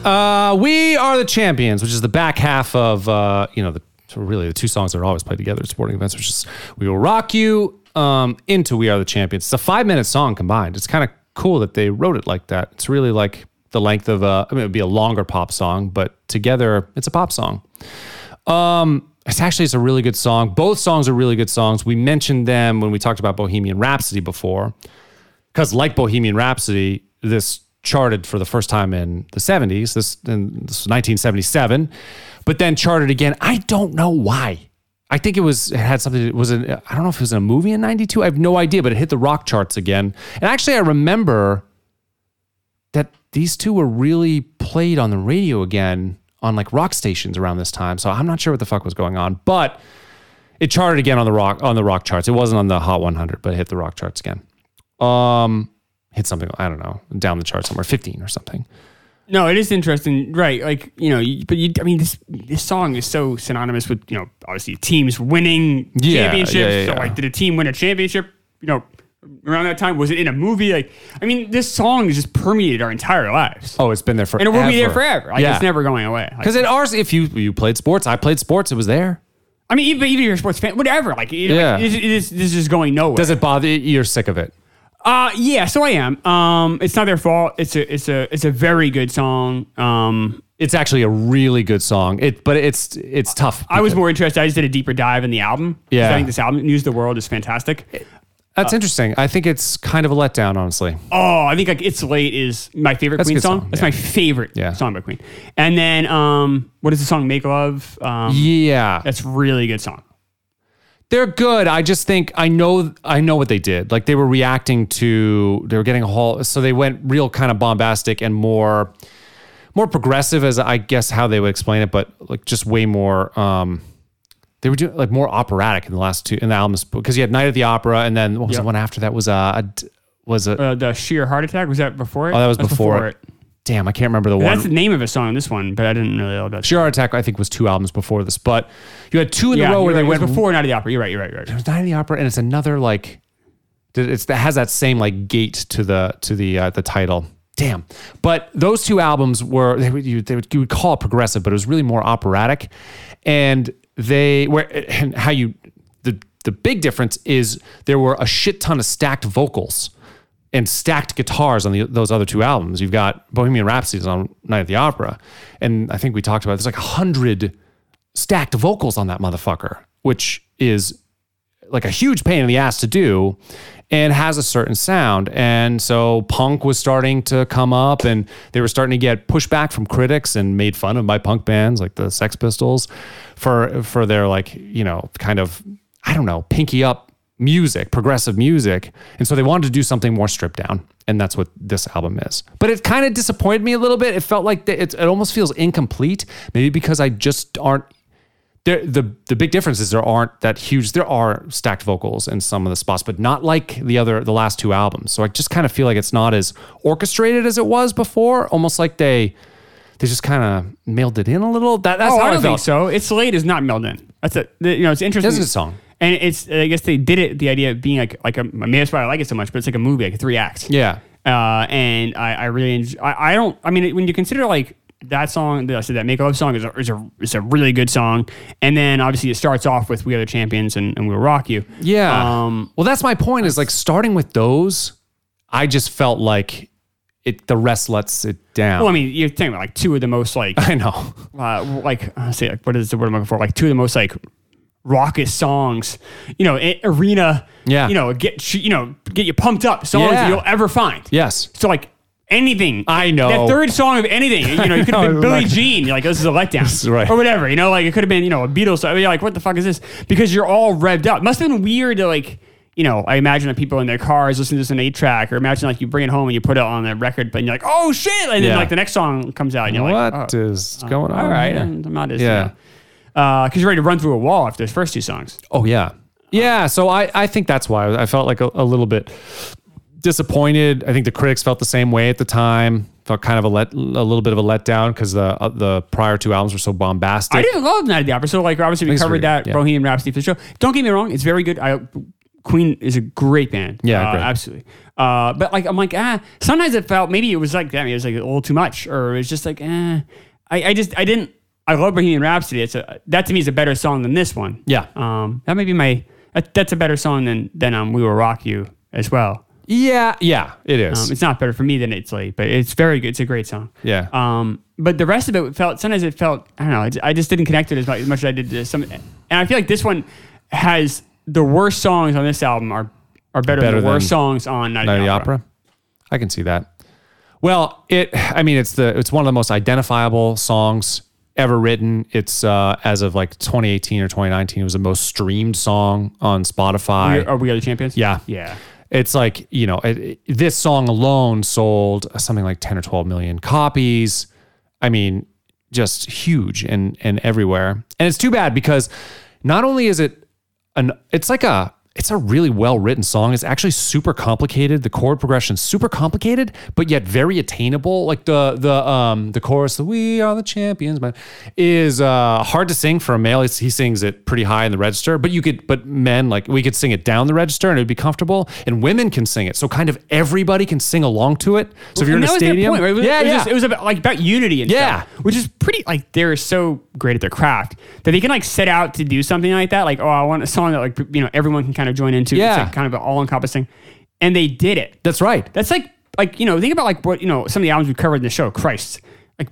Uh, we are the champions, which is the back half of uh, you know, the really the two songs that are always played together at sporting events, which is "We Will Rock You" um, into "We Are the Champions." It's a five-minute song combined. It's kind of cool that they wrote it like that. It's really like the length of a. I mean, it would be a longer pop song, but together, it's a pop song. Um, It's actually it's a really good song. Both songs are really good songs. We mentioned them when we talked about Bohemian Rhapsody before, because like Bohemian Rhapsody, this charted for the first time in the '70s. This in this was 1977, but then charted again. I don't know why. I think it was it had something. It was an, I don't know if it was in a movie in '92. I have no idea, but it hit the rock charts again. And actually, I remember that these two were really played on the radio again on like rock stations around this time. So I'm not sure what the fuck was going on, but it charted again on the rock on the rock charts. It wasn't on the Hot 100, but it hit the rock charts again. Um, hit something I don't know down the chart somewhere, 15 or something.
No, it is interesting, right? Like you know, you, but you, I mean, this this song is so synonymous with you know, obviously teams winning
Yeah,
championships.
yeah, yeah,
So
yeah.
like, did a team win a championship? You know, around that time, was it in a movie? Like, I mean, this song has just permeated our entire lives,
Oh, it's been there
and
forever.
it will be there forever. Like,
yeah,
it's never going away. Like,
because it ours. If you you played sports, I played sports. It was there.
I mean, even even if you're a sports fan, whatever. Like, it,
Yeah.
like, it is, it is, this is going nowhere.
Does it bother you? You're sick of it.
Uh yeah, so I am. Um it's not their fault. It's a it's a it's a very good song. Um
It's actually a really good song. It, but it's it's tough.
I was more interested. I just did a deeper dive in the album. 'Cause
Yeah.
I think this album, News of the World, is fantastic.
That's interesting. I think it's kind of a letdown, honestly.
Oh, I think like It's Late is my favorite
That's a
Queen
good
song.
song,
That's
yeah.
my favorite
Yeah.
song by Queen. And then um what is the song Make Love? Um
Yeah.
that's a really good song.
they're good. I just think I know I know what they did. Like they were reacting to they were getting a whole so they went real kind of bombastic and more more progressive as I guess how they would explain it, but like just way more um they were doing like more operatic in the last two in the albums because you had Night at the Opera and then what was
Yep.
the one after that was uh, a d- was a
Uh, the Sheer Heart Attack was that before it?
oh that was
That's
before, it. Damn, I can't remember the one.
That's the name of a song. This one, but I didn't really know about.
Sheer Heart Attack I think was two albums before this, but you had two in
yeah,
a row
you're
where
right.
they
It was
went
before Night of the Opera. You're right. You're right. You're right.
It's Night of the Opera, and it's another like, it's that has that same like gate to the to the uh, the title. Damn, but those two albums were they would you they would, you would call it progressive, but it was really more operatic, and they where and how you the the big difference is there were a shit ton of stacked vocals and stacked guitars on the, those other two albums. You've got Bohemian Rhapsodies on Night at the Opera, and I think we talked about there's like a hundred stacked vocals on that motherfucker, which is like a huge pain in the ass to do and has a certain sound. And so punk was starting to come up and they were starting to get pushback from critics and made fun of by punk bands like the Sex Pistols for for their like, you know, kind of I don't know, pinky up music, progressive music. And so they wanted to do something more stripped down. And that's what this album is. But it kind of disappointed me a little bit. It felt like the, it, it almost feels incomplete, maybe because I just aren't there the the big difference is there aren't that huge there are stacked vocals in some of the spots but not like the other the last two albums so i just kind of feel like it's not as orchestrated as it was before almost like they they just kind of mailed it in a little that that's
Oh,
how
I
i,
don't
felt
think so. It's late is not Mel in. That's a the- you know it's interesting.
This is a song.
and it's I guess they did it. The idea of being like like a I mean that's why I like it so much. But it's like a movie, like three acts.
yeah
Uh, and I, I really enjoy, I, I don't I mean when you consider like that song that I said that make love song is a, is a is a really good song. And then obviously it starts off with We Are the Champions and, and We'll Rock You.
yeah
Um,
well that's my point is like starting with those i just felt like it the rest lets it down.
Well, I mean, you're talking about like two of the most like
I know.
uh, like I say like what is the word I'm looking for? Like two of the most like raucous songs, you know, a- arena,
Yeah.
you know, get you know, get you pumped up songs
Yeah.
you'll ever find.
Yes.
So like anything,
I know.
that third song of anything, you know, you could have been
know,
Billie
right.
Jean. You're like this is a letdown,
is right.
or whatever. You know, like it could have been you know a Beatles. song. You're like, what the fuck is this? Because you're all revved up. Must have been weird to like. You know, I imagine that people in their cars listen to this on eight track, or imagine like you bring it home and you put it on a record, but you're like, oh shit, and then
Yeah.
like the next song comes out, and you're like,
What is
oh.
going on?
All right,
here?
I'm I'm not as
Yeah.
yeah. Because you're ready to run through a wall after those first two songs.
Oh yeah, yeah. So I I think that's why I felt like a, a little bit disappointed. I think the critics felt the same way at the time. Felt kind of a let a little bit of a letdown because the uh, the prior two albums were so bombastic.
I didn't love Night at the Opera, so like obviously we
Thanks for
covered
your-
that
yeah.
Bohemian Rhapsody for the show. Don't get me wrong, it's very good. I, Queen is a great band.
Yeah,
Uh,
great.
absolutely. Uh, but like I'm like ah, sometimes it felt maybe it was like that. Maybe it was like a little too much, or it was just like eh. I, I just I didn't. I love Bohemian Rhapsody. It's a that to me is a better song than this one.
Yeah.
Um, that may be my that, that's a better song than than um We Will Rock You as well.
yeah, yeah, it is.
Um, it's not better for me than it's late, but it's very good. It's a great song.
Yeah.
Um, but the rest of it felt sometimes it felt I don't know. it's- I just didn't connect it as much, as much as I did to some. And I feel like this one has the worst songs on this album are are better,
Better
than the worst
than
songs on Night,
Night of the Opera. I can see that. Well, it. I mean, it's the it's one of the most identifiable songs ever written. It's uh, as of like 2018 or 2019, it was the most streamed song on Spotify.
Are, are we are the champions?
Yeah.
yeah.
it's like you know it, it- this song alone sold something like 10 or 12 million copies i mean just huge and and everywhere and it's too bad because not only is it an it's like a it's a really well written song it's actually super complicated the chord progression's super complicated but yet very attainable like the the um the chorus the we are the champions man is uh hard to sing for a male It's- he sings it pretty high in the register but you could but men like we could sing it down the register and it would be comfortable and women can sing it so kind of everybody can sing along to it so if you're in
And
a
that was their
stadium
point, right? It was,
yeah
it was,
yeah
Just, it was about, like about unity and
Yeah.
stuff, which is pretty like they're so great at their craft that they can like set out to do something like that. Like, oh, I want a song that like you know everyone can kind of join into.
Yeah.
it's like, kind of all encompassing, and they did it.
that's right
That's like like you know think about like what you know some of the albums we covered in the show. Christ, like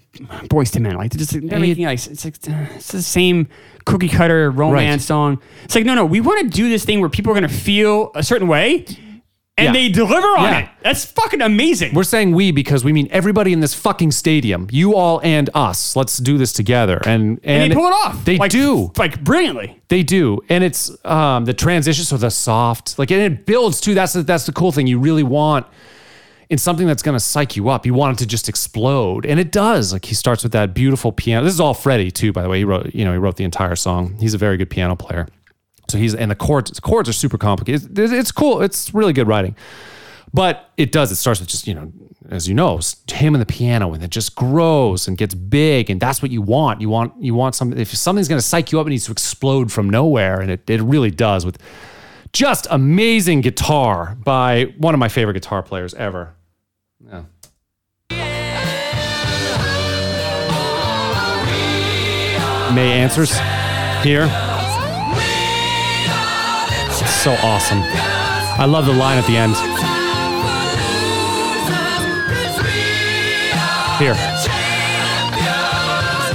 Boys to Men, like they're just they're making like it's like uh, it's the same cookie cutter romance
Right.
song. It's like no no we want to do this thing where people are gonna feel a certain way, and
Yeah.
they deliver on
Yeah.
it. That's fucking amazing.
We're saying we because we mean everybody in this fucking stadium. You all and us. Let's do this together. And and,
and, they pull it off.
They
like,
do.
f- like brilliantly.
They do. And it's um the transition, so the soft, like and it builds too. That's the, that's the cool thing. You really want in something that's gonna psych you up. You want it to just explode. And it does. Like he starts with that beautiful piano. This is all Freddie too, by the way. He wrote, you know, he wrote the entire song. He's a very good piano player. So he's and the chords the chords are super complicated. It's, it's cool. It's really good writing. But it does. It starts with just, you know, as you know, s- him and the piano, and it just grows and gets big. And that's what you want. You want, you want something. If something's going to psych you up, it needs to explode from nowhere. And it, it really does with just amazing guitar by one of my favorite guitar players ever. Yeah. May answers here. So awesome. I love the line at the end. Here.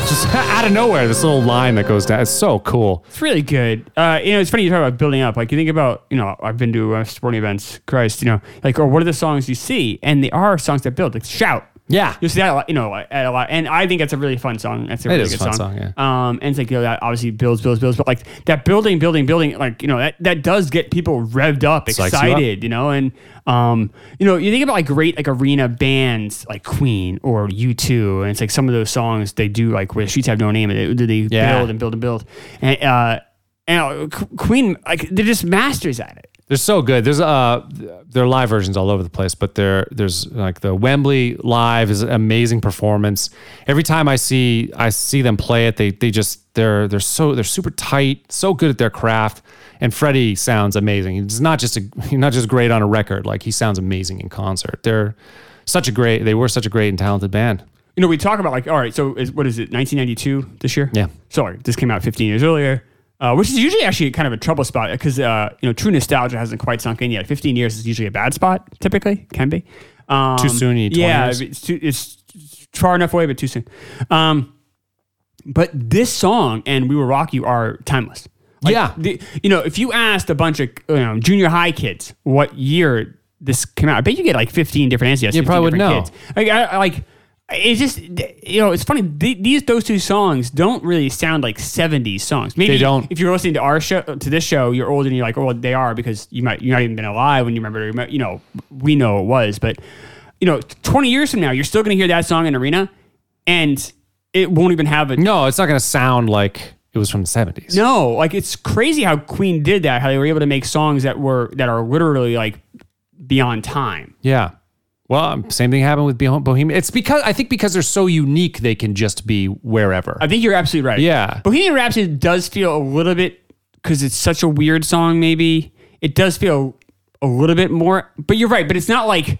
Just out of nowhere, this little line that goes down. It's so cool.
It's really good. Uh, you know, it's funny you talk about building up. Like you think about, you know, I've been to uh, sporting events. Christ, you know, like or what are the songs you see? And they are songs that build. Like shout.
Yeah.
You'll see that a lot, you know, at a lot. And I think that's a really fun song. That's a really
is a
good
fun
song.
song,
Um, and it's like, you know, that obviously builds, builds, builds. But like that building, building, building, like, you know, that, that does get people revved up,
you up.
excited, you, know? And, um, you know, you think about like great like arena bands like Queen or U2. And it's like some of those songs they do like where the sheets have no name. and They, they
Yeah.
build and build and build. And, uh, and uh, Qu- Queen, like they're just masters at it.
They're so good. There's uh, there are live versions all over the place, but there there's like the Wembley live is an amazing performance. Every time I see I see them play it, they they just they're they're so they're super tight, so good at their craft. And Freddie sounds amazing. He's not just a he's not just great on a record. Like he sounds amazing in concert. They're such a great. They were such a great and talented band.
You know, we talk about like, all right, so is, what is it, 1992 this year?
Yeah.
Sorry, this came out 15 years earlier, uh, which is usually actually kind of a trouble spot because, uh, you know, true nostalgia hasn't quite sunk in yet. 15 years is usually a bad spot, typically, can be. Um,
Too soon, you need 20
yeah,
years?
it's, too, it's far enough away, but too soon. Um, but this song and "We Will Rock You" are timeless. Like,
Yeah.
the, you know, if you asked a bunch of you know, junior high kids what year this came out, I bet you get like fifteen different answers. You
probably would know.
Like, I, I- like it's just you know, it's funny. th- These those two songs don't really sound like '70s songs. Maybe
They don't.
If you're listening to our show, to this show, you're old and you're like, oh, well, they are because you might you're not even been alive when you remember. You know, we know it was, but you know, 20 years from now, you're still going to hear that song in arena, and it won't even have a
No, it's not going to sound like it was from the 70s.
no, like it's crazy how Queen did that. How they were able to make songs that were that are literally like beyond time.
Yeah. Well, um, same thing happened with Bohem- Bohemian. It's because I think because they're so unique, they can just be wherever.
I think you're absolutely right.
Yeah.
Bohemian Rhapsody does feel a little bit because it's such a weird song. Maybe it does feel a little bit more. But you're right. But it's not like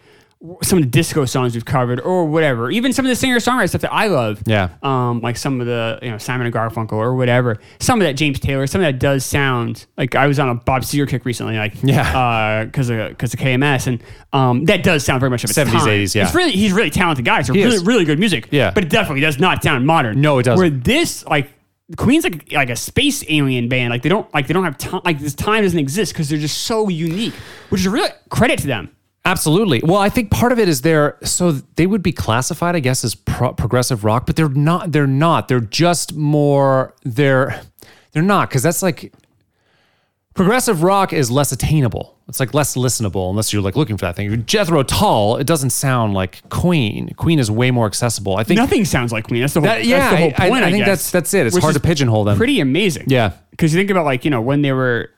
some of the disco songs we've covered or whatever. Even some of the singer songwriter stuff that I love.
Yeah.
Um, like some of the you know Simon and Garfunkel or whatever. Some of that James Taylor. Some of that does sound like I was on a Bob Seger kick recently. Like
Yeah.
Because of because of KMS and um, that does sound very much of its
70s,
time.
80s, yeah.
It's really he's a really talented guy. So
He
really
is.
really good music.
Yeah.
But it definitely does not sound modern.
No, it doesn't.
Where this like Queen's like like a space alien band. Like they don't like they don't have time. Like this time doesn't exist because they're just so unique, which is a real credit to them.
Absolutely. Well, I think part of it is they're so they would be classified, I guess, as pro- progressive rock, but they're not. They're not. They're just more. They're they're not because that's like progressive rock is less attainable. It's like less listenable unless you're like looking for that thing. Jethro Tull, it doesn't sound like Queen. Queen is way more accessible. I think.
Nothing sounds like Queen. That's the whole.
That- yeah,
that's the whole
I- I-
point.
I think that's-
guess.
that's it. It's
Which
hard
is
to pigeonhole them.
Pretty amazing.
Yeah.
Because you think about like you know when they were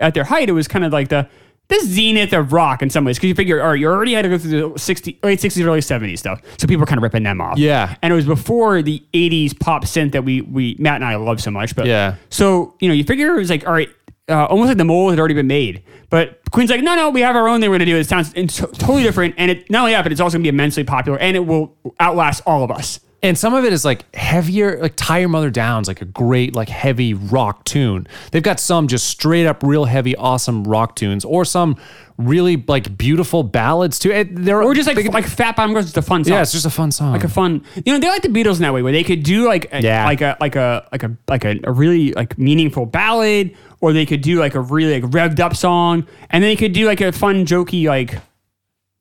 at their height, it was kind of like the the zenith of rock in some ways. Because you figure, all right, you already had to go through the 60, late sixties, early seventies stuff, so people were kind of ripping them off.
Yeah.
and it was before the eighties pop synth that we we Matt and I love so much. But
Yeah.
so you know you figure it was like all right. Uh, almost like the mold had already been made, but Queen's like, no, no, we have our own thing we're gonna do. It sounds it's totally different, and it not only that, but it's also gonna be immensely popular, and it will outlast all of us.
And some of it is like heavier, like Tie Your Mother Down's like a great, like heavy rock tune. They've got some just straight up real heavy, awesome rock tunes, or some really like beautiful ballads too. It, they're
Or just like like Fat Bottom Girls, it's a fun song.
yeah, it's just a fun song.
like a fun. You know, they like the Beatles in that way, where they could do like a,
Yeah.
like a like a like a like a, a really like meaningful ballad, or they could do like a really like revved up song, and then they could do like a fun, jokey, like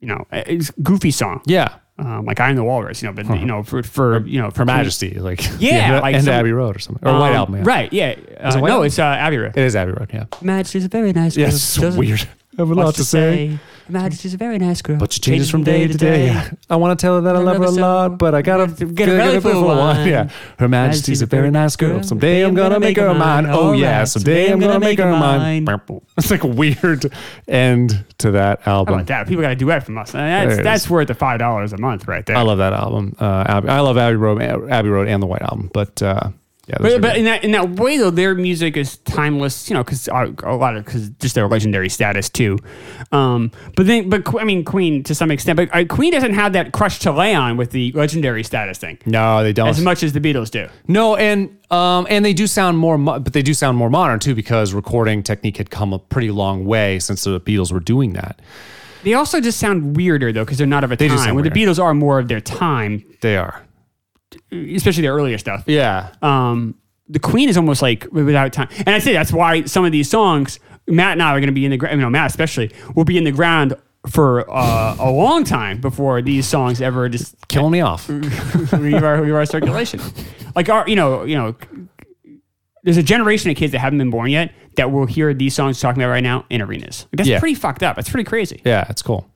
you know, it's goofy song.
yeah,
Um, like I'm the Walrus, you know, but you know, for for you know, for
Majesty, like
Yeah,
and,
like
and
some- Um,
Abbey Road or something, or White Album. Yeah.
right? Yeah, uh,
it White
no,
Album?
it's uh, Abbey Road.
it is Abbey Road. Yeah,
Majesty's a very nice girl.
yeah, it's
Doesn't-
weird. I have a
much
lot to say,
Majesty's a very nice girl.
but she changes from day to day. I want to tell her that I
I
love her a
love her so
lot, but I gotta
much. Get a bellyful one.
Yeah, Her Majesty's a very nice girl. Someday I'm gonna make her
her
mine.
mine.
Oh
All
yeah,
right.
someday I'm gonna make her mine. It's like a weird end to that
How
album.
about that? People got a duet from us. Uh, That's,
There it
that's
is.
worth the five dollars a month, right there.
I love that album. Uh, Abbey, I love Abbey Road, Abbey Road, and the White Album. But uh, yeah, those are
But, but
good.
in that in that way though, their music is timeless, you know, because a, a lot of because just their legendary status too. Um, but then, but Que- I mean, Queen to some extent, but uh, Queen doesn't have that crush to lay on with the legendary status thing
no, they don't.
as much as the Beatles do.
No, and um, and they do sound more, mo- but they do sound more modern too because recording technique had come a pretty long way since the Beatles were doing that.
They also just sound weirder though because they're not of a
do
time.
sound
Where the
weird.
Beatles are more of their time,
They are.
especially their earlier stuff.
Yeah.
um, the Queen is almost like without time. And I say that's why some of these songs, Matt and I are going to be in the ground. You know, Matt especially will be in the ground for uh, a long time before these songs ever just
Killing me off.
Mm-hmm. leave our leave our circulation. Like our, you know, you know, there's a generation of kids that haven't been born yet that will hear these songs talking about right now in arenas. Like, that's
Yeah.
pretty fucked up. That's pretty crazy.
Yeah, it's cool.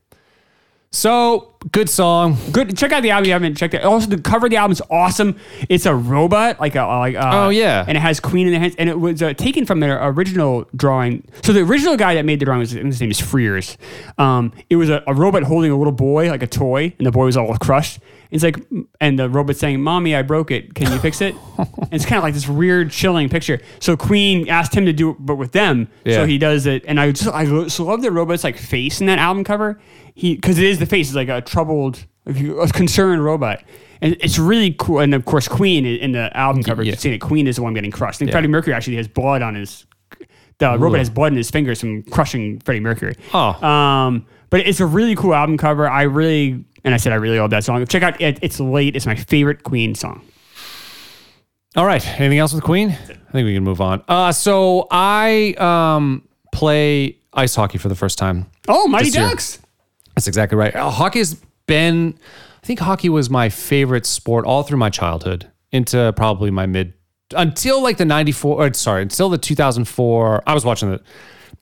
So good song.
Good. Check out the album. if You haven't checked it. Also, the cover of the album is awesome. It's a robot, like a like. Uh,
Oh, yeah.
and it has Queen in the hands, and it was uh, taken from their original drawing. So the original guy that made the drawing was his name is Frears. Um, it was a, a robot holding a little boy, like a toy, and the boy was all crushed. It's like, and the robot's saying, "Mommy, I broke it. Can you fix it?" and it's kind of like this weird, chilling picture. So Queen asked him to do it, but with them.
Yeah.
So he does it, and I just I lo- so love the robot's like face in that album cover. He because it is the face is like a troubled, if you- a concerned robot, and it's really cool. And of course, Queen in- in the album cover,
Yeah.
you've seen it. Queen is the one getting crushed. And
Yeah.
Freddie Mercury actually has blood on his. The robot has blood in his fingers from crushing Freddie Mercury.
Oh.
Um, But it's a really cool album cover. I really, and I said I really love that song. Check out it, It's Late. It's my favorite Queen song.
All right. Anything else with Queen? I think we can move on. Uh, so I um, play ice hockey for the first time.
Oh, Mighty
This year.
Ducks.
That's exactly right. Uh, hockey has been, I think hockey was my favorite sport all through my childhood into probably my mid, until like the 94, or sorry, until the 2004. I was watching the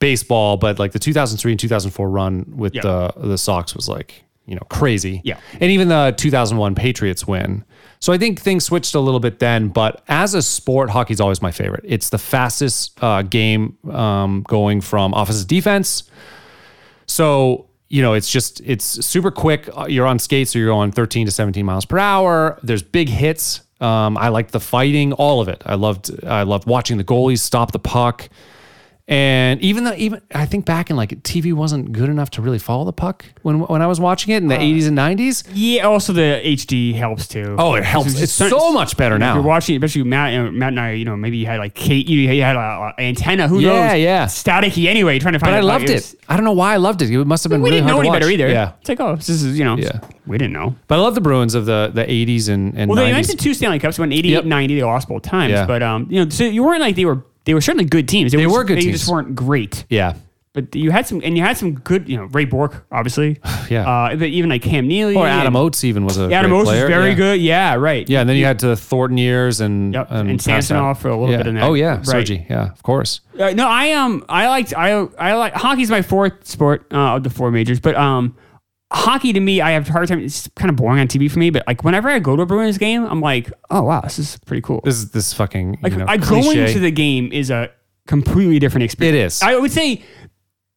baseball, but like the 2003 and 2004 run with
Yeah.
the, the Sox was like, you know, crazy.
Yeah.
And even the 2001 Patriots win. So I think things switched a little bit then, but as a sport, hockey's always my favorite. It's the fastest uh, game um, going from offense to defense. So, you know, it's just, it's super quick. Uh, You're on skates, so you're going 13 to 17 miles per hour. There's big hits. Um, I liked the fighting, all of it. I loved, I loved watching the goalies stop the puck. And even though, even I think back in like TV wasn't good enough to really follow the puck when when I was watching it in the 80s and 90s.
Yeah, also the HD helps too.
Oh, it helps. It's so much better
If
now.
you're watching, especially Matt, you know, Matt and I, you know, maybe you had like Kate, you you had an antenna, who
Yeah,
knows?
yeah.
Staticky anyway, trying to find
but I
out, like,
loved
was-
it. I don't know why I loved it. It must have been
We
really
didn't know
hard
any
to watch.
better either.
Yeah.
It's like, oh, this is, you know,
Yeah.
we didn't know.
But I love the Bruins of the the 80s and, and
Well, they
90s.
went to two Stanley Cups, went 88
Yep.
90. They lost both times.
Yeah.
But, um, you know, so you weren't like they were, they were certainly good teams. They, were,
were good
They
teams.
just weren't great.
yeah.
But you had some, and you had some good, you know, Ray Bork, obviously.
Yeah.
Uh, but even like Cam Neely.
Or Oh, Adam
and-
Oates even was a
Adam
great
Oates was
player.
very
yeah.
good. Yeah, right.
Yeah, and then you had to the Thornton years and
Yep, and
past that.
Samsonov for a little
Yeah.
bit in that.
Oh yeah,
Right.
Sergey. Yeah, of course.
Uh, no, I um, I liked I I like hockey's my fourth sport uh, of the four majors, but um, hockey to me, I have a hard time. It's kind of boring on TV for me, but like whenever I go to a Bruins game, I'm like, oh wow, this is pretty cool.
This is this is fucking
like
you know,
I,
cliche.
going to the game is a completely different experience.
It is.
I would say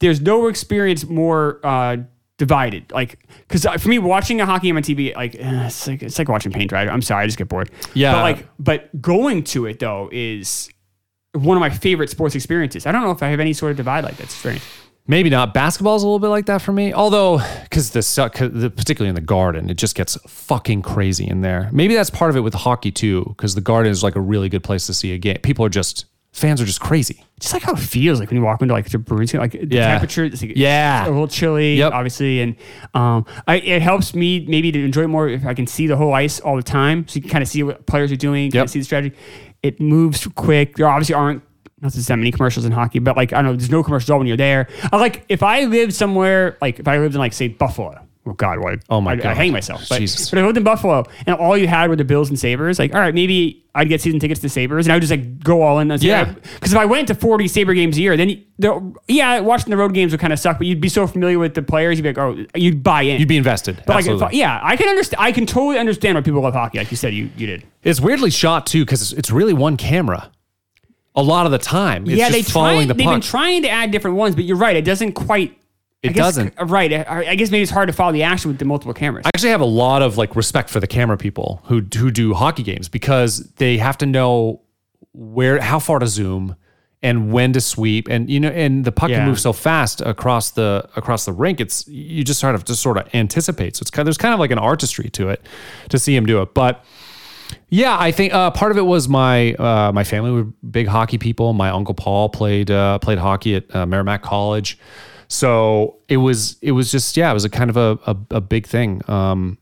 there's no experience more uh, divided. Like, because for me, watching a hockey game on TV, like eh, it's like it's like watching paint dry. I'm sorry, I just get bored.
Yeah.
But like, but going to it though is one of my favorite sports experiences. I don't know if I have any sort of divide like that. It's strange.
Maybe not. Basketball's a little bit like that for me. Although, because the, su- 'cause the particularly in the garden, it just gets fucking crazy in there. Maybe that's part of it with hockey too, because the garden is like a really good place to see a game. People are just fans are just crazy.
Just like how it feels like when you walk into like the Bruins game, like the
Yeah.
temperature, it's like,
Yeah.
it's a little chilly,
Yep.
obviously, and um, I, it helps me maybe to enjoy it more if I can see the whole ice all the time, so you can kind of see what players are doing, kind
Yep.
of see the strategy. It moves quick. There obviously aren't not that there's that many commercials in hockey, but like I don't know, there's no commercials at all when you're there. I like if I lived somewhere like if I lived in like say Buffalo. Oh God! What?
Oh, my
I'd- I'd
God.
hang myself. But,
Jesus.
but if I lived in Buffalo and all you had were the Bills and Sabers, like all right, maybe I'd get season tickets to Sabers and I would just like go all in. on
Yeah.
Sabres. Because if I went to 40 Saber games a year, then you- the, yeah, watching the road games would kind of suck, but you'd be so familiar with the players, you'd be like, oh, you'd buy in.
You'd be invested.
But like, if-
Absolutely.
yeah, I can understand. I can totally understand why people love hockey. Like you said, you you did.
It's weirdly shot too, because it's, it's really one camera. A lot of the time, it's
yeah,
just
they
following
tried,
the
They've been
puck.
trying to add different ones, but you're right. It doesn't quite.
it
I guess- uh,
doesn't.
Right. I, I guess maybe it's hard to follow the action with the multiple cameras.
I actually have a lot of like respect for the camera people who who do hockey games because they have to know where how far to zoom and when to sweep and you know and the puck
Yeah.
can move so fast across the across the rink it's you just sort of just sort of anticipate so it's kind there's kind of like an artistry to it to see him do it but yeah, I think uh, part of it was my uh, my family were big hockey people. My uncle Paul played uh, played hockey at uh, Merrimack College, so it was it was just yeah, it was a kind of a a, a big thing. Um,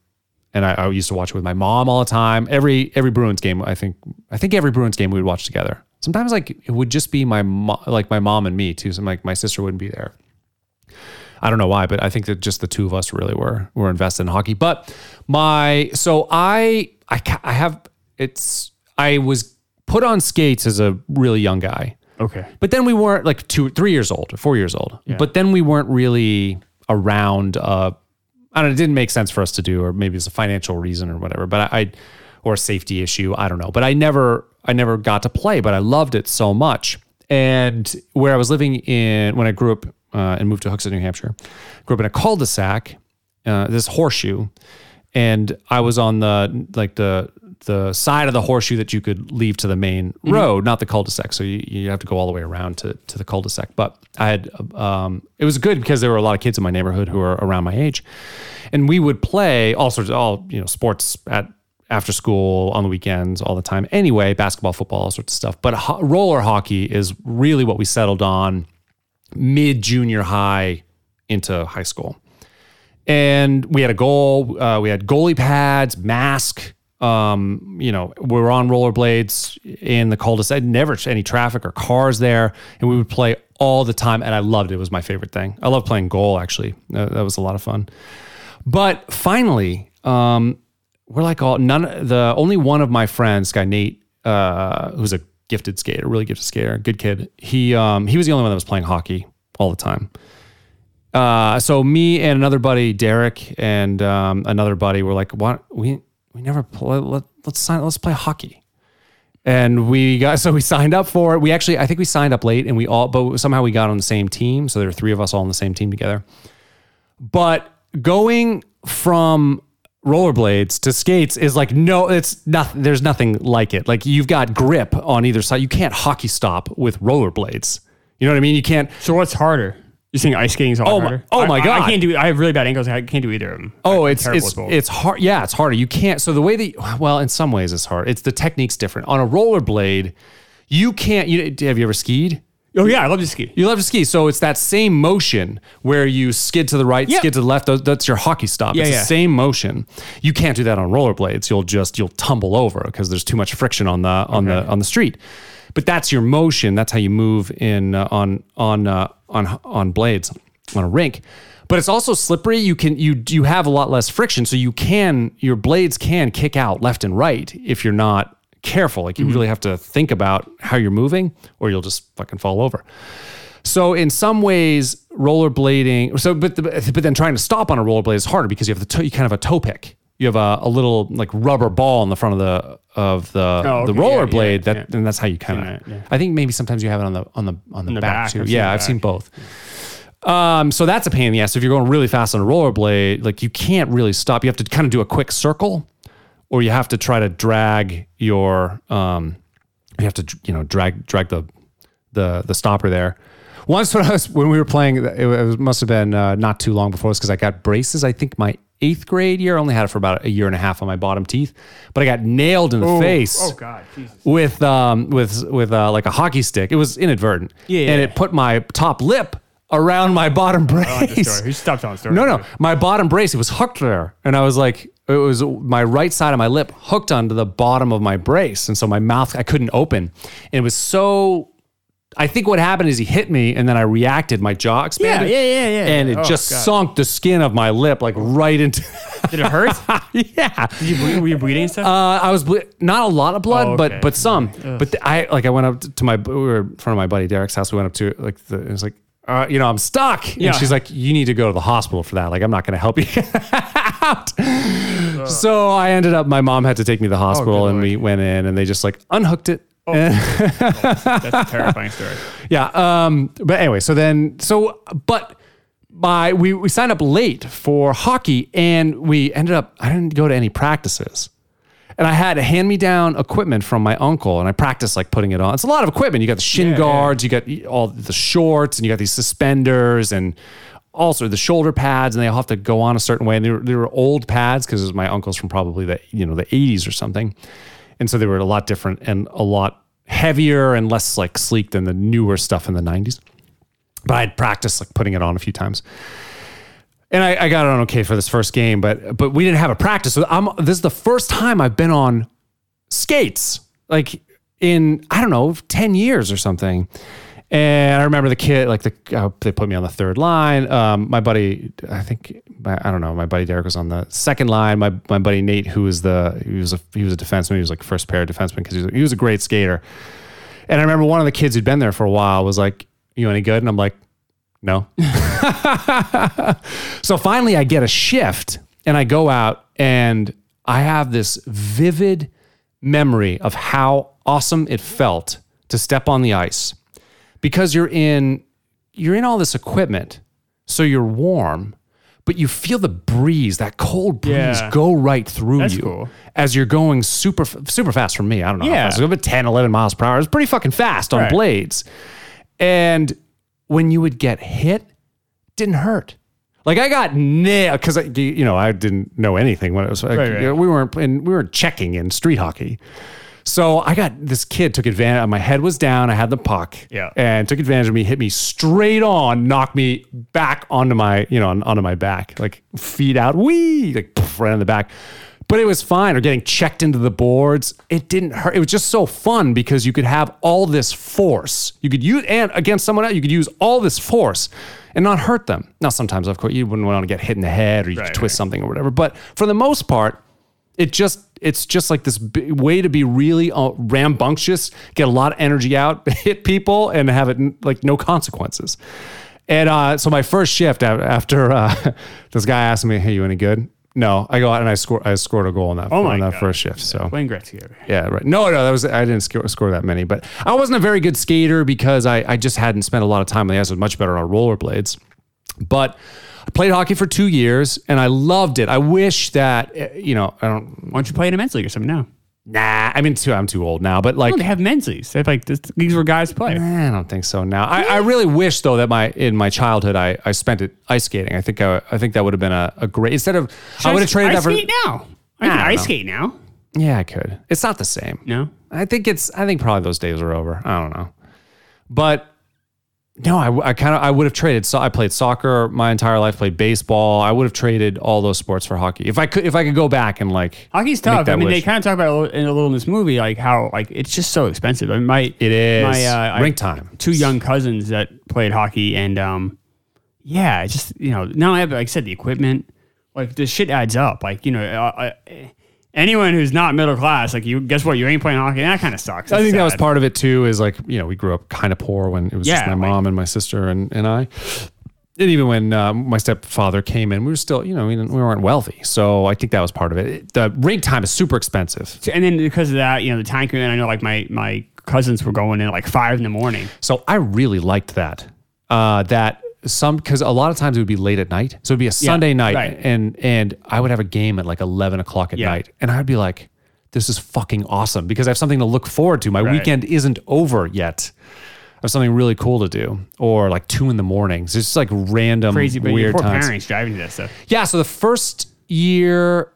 and I, I used to watch it with my mom all the time. Every every Bruins game, I think I think every Bruins game we would watch together. Sometimes like it would just be my mo- like my mom and me too. So like my sister wouldn't be there. I don't know why, but I think that just the two of us really were were invested in hockey. But my so I I ca- I have it's I was put on skates as a really young guy.
Okay.
But then we weren't like two, three years old, four years old. But then we weren't really around. Uh, I don't. know, It didn't make sense for us to do, or maybe it's a financial reason or whatever. But I, I or a safety issue. I don't know. But I never, I never got to play. But I loved it so much. And where I was living in when I grew up uh, and moved to Hooksett, New Hampshire, grew up in a cul-de-sac, uh, this horseshoe, and I was on the like the the side of the horseshoe that you could leave to the main road, not the cul-de-sac. So you, you have to go all the way around to, to the cul-de-sac. But I had um, it was good because there were a lot of kids in my neighborhood who were around my age, and we would play all sorts of all you know sports at after school on the weekends all the time. Anyway, basketball, football, all sorts of stuff. But ho- roller hockey is really what we settled on mid junior high into high school. and we had a goal. Uh, we had goalie pads, mask. Um, you know, we were on rollerblades in the cul-de-sac. Never any traffic or cars there, and we would play all the time. And I loved it. It was my favorite thing. I love playing goal. Actually, Uh, that was a lot of fun. But finally, um, we're like all none. The only one of my friends, this guy Nate, uh, who's a gifted skater, really gifted skater, good kid. He um, he was the only one that was playing hockey all the time. Uh, so me and another buddy, Derek, and um, another buddy were like, "What? We we never play. Let, let's sign. Let's play hockey." and we got so we signed up for it. We actually, I think we signed up late, and we all, but somehow we got on the same team. So there were three of us all on the same team together. But going from rollerblades to skates is like no, it's nothing. There's nothing like it. Like you've got grip on either side. You can't hockey stop with rollerblades. You know what I mean? You can't.
So what's harder? You think ice skating's a lot
Oh my-
harder?
oh
I-
my
I- I,
God.
can't do. I have really bad ankles. I can't do either of them.
Oh,
I'm
it's
terrible
it's
at both.
it's hard. Yeah, it's harder. You can't. So the way that well, in some ways, it's hard. It's the technique's different. On a rollerblade, you can't. You have you ever skied?
oh yeah, I love to ski.
You love to ski, so it's that same motion where you skid to the right,
Yeah.
skid to the left. Tho- That's your hockey stop.
Yeah,
it's
yeah.
the same motion. You can't do that on rollerblades. You'll just you'll tumble over because there's too much friction on the on the on the street. But that's your motion. That's how you move in uh, on on uh, on on blades on a rink. But it's also slippery. You can you you have a lot less friction, so you can your blades can kick out left and right if you're not careful. Like you
Mm-hmm.
really have to think about how you're moving, or you'll just fucking fall over. So in some ways, rollerblading. So, but the, but then trying to stop on a rollerblade is harder because you have the toe, you kind of have a toe pick. You have a, a little like rubber ball in the front of the of the
Oh,
the
okay. Yeah,
rollerblade.
yeah,
that
yeah.
and that's how you kind of.
Seen that, yeah.
I think maybe sometimes you have it on the on the on the,
the
back,
back,
too.
I've seen
yeah,
the
I've
back.
seen both. Um, so that's a pain in the ass. So if you're going really fast on a rollerblade, like you can't really stop. You have to kind of do a quick circle, or you have to try to drag your um, you have to you know drag drag the the the stopper there. Once when I was when we were playing, it, was, must have been uh, not too long before this because I got braces. I think my eighth grade year, I only had it for about a year and a half on my bottom teeth, but I got nailed in the face
Oh god, Jesus.
with um with with uh, like a hockey stick. It was inadvertent.
Yeah, yeah,
And
yeah. Oh,
it put my top lip around my bottom
Story.
brace.
Who stopped on story?
no, no, my bottom brace. It was hooked there, and I was like, it was my right side of my lip hooked onto the bottom of my brace, and so my mouth I couldn't open. And it was so. I think what happened is he hit me, and then I reacted. My jaw expanded.
yeah, yeah, yeah.
And it
Oh,
just
God.
sunk the skin of my lip like right into.
Did it hurt?
yeah.
Did you bleed, were you bleeding and stuff?
Uh, I was ble- not a lot of blood,
Oh, okay.
but but some. But th- I like I went up to my we were in front of my buddy Derek's house. We went up to like the, it was like uh, you know I'm stuck.
Yeah.
And she's like, you need to go to the hospital for that. Like I'm not going to help you out. so I ended up. My mom had to take me to the hospital, and
Uh. Oh, Lord.
we went in, and they just like unhooked it.
That's a terrifying story.
Yeah. Um. But anyway, so then so but. My we, we signed up late for hockey and we ended up I didn't go to any practices. and I had hand me down equipment from my uncle, and I practiced like putting it on. It's a lot of equipment. You got the shin
Yeah,
guards, you got all the shorts, and you got these suspenders, and also the shoulder pads, and they all have to go on a certain way. And they were, they were old pads because it was my uncle's from probably the you know the 80s or something, and so they were a lot different and a lot heavier and less like sleek than the newer stuff in the 90s. But I'd practiced like putting it on a few times and I, I got it on okay for this first game, but but we didn't have a practice. So I'm this is the first time I've been on skates, like in I don't know ten years or something. And I remember the kid, like the uh, they put me on the third line. Um, my buddy, I think my, I don't know. My buddy Derek was on the second line. My my buddy Nate, who was the he was a he was a defenseman. He was like first pair defenseman because he was, he was a great skater. And I remember one of the kids who'd been there for a while was like, "You any good?" And I'm like, "No." So finally, I get a shift and I go out, and I have this vivid memory of how awesome it felt to step on the ice because you're in you're in all this equipment so you're warm but you feel the breeze that cold breeze
Yeah.
go right through
That's
you
cool.
as you're going super super fast for me i don't know
Yeah.
how fast it was, but 10 11 miles per hour it's pretty fucking fast on
Right.
blades and when you would get hit didn't hurt. Like I got nailed because you know I didn't know anything when it was. Like,
Right, right.
We weren't and we were checking in street hockey, So I got this kid took advantage. My head was down. I had the puck.
Yeah.
And took advantage of me, hit me straight on, knocked me back onto my, you know, on, onto my back, like feet out, wee, like poof, right on the back. But it was fine. Or getting checked into the boards, it didn't hurt. It was just so fun because you could have all this force. You could use and against someone else, you could use all this force and not hurt them. Now, sometimes of course you wouldn't want to get hit in the head or you
Right,
could twist
right.
something or whatever. But for the most part it just it's just like this b- way to be really uh, rambunctious, get a lot of energy out, hit people, and have it n- like no consequences. And uh, so my first shift a- after uh, this guy asked me, "Hey, you any good?" No, I go out and I score. I scored a goal on that
Oh my
on that
God.
first shift. So
Wayne Gretzky. over here.
yeah, right. No, no, that was I didn't score, score that many, but I wasn't a very good skater because I, I just hadn't spent a lot of time on the ice. I was much better on rollerblades, but I played hockey for two years and I loved it. I wish that eh, you know I don't
Why don't you play in a men's league or something now?
nah. I mean, too I'm too old now, but like eh,
No, they have men's leagues. They have like this, leagues where guys play.
I don't think so now. I, I really wish though that my in my childhood I, I spent it ice skating. I think I, I think that would have been a, a great instead of I would have traded
I
that for
skate now. I
Nah,
can
I don't
ice
know.
skate now.
yeah I could. It's not the same.
No.
I think it's. I think probably those days are over. I don't know, but no, I, kind of I would have traded. So I played soccer my entire life. Played baseball. I would have traded all those sports for hockey if I could. If I could go back and like
Hockey's
make
tough.
that
I mean, they
wish.
kind of talk about it a little- in a little in this movie, like how like it's just so expensive. I mean, my
It is
my uh, I-
rink time.
two young cousins that played hockey, and um, yeah, it's just you know now I have like I said the equipment, like this shit adds up. Like you know, uh, uh, anyone who's not middle class, like you guess what, you ain't playing hockey. That kind of sucks.
I
It's
think that was
sad.
part of it too. Is like you know we grew up kind of poor when it was just my
Yeah, like-
mom and my sister and and I. And even when uh, my stepfather came in, we were still, you know, we, didn't, we weren't wealthy. So I think that was part of it. The rink time is super expensive.
And then because of that, you know, the time commitment. I know like my my cousins were going in at like five in the morning.
So I really liked that. Uh, that some because a lot of times it would be late at night, so it'd be a Sunday night,
right.
and and I would have a game at like eleven o'clock at
Yeah.
night, and I'd be like, "This is fucking awesome" because I have something to look forward to. My
Right.
weekend isn't over yet. I have something really cool to do, or like two in the morning. So it's just like random
Crazy, but your
weird
poor
times.
parents driving to that stuff.
Yeah. So the first year,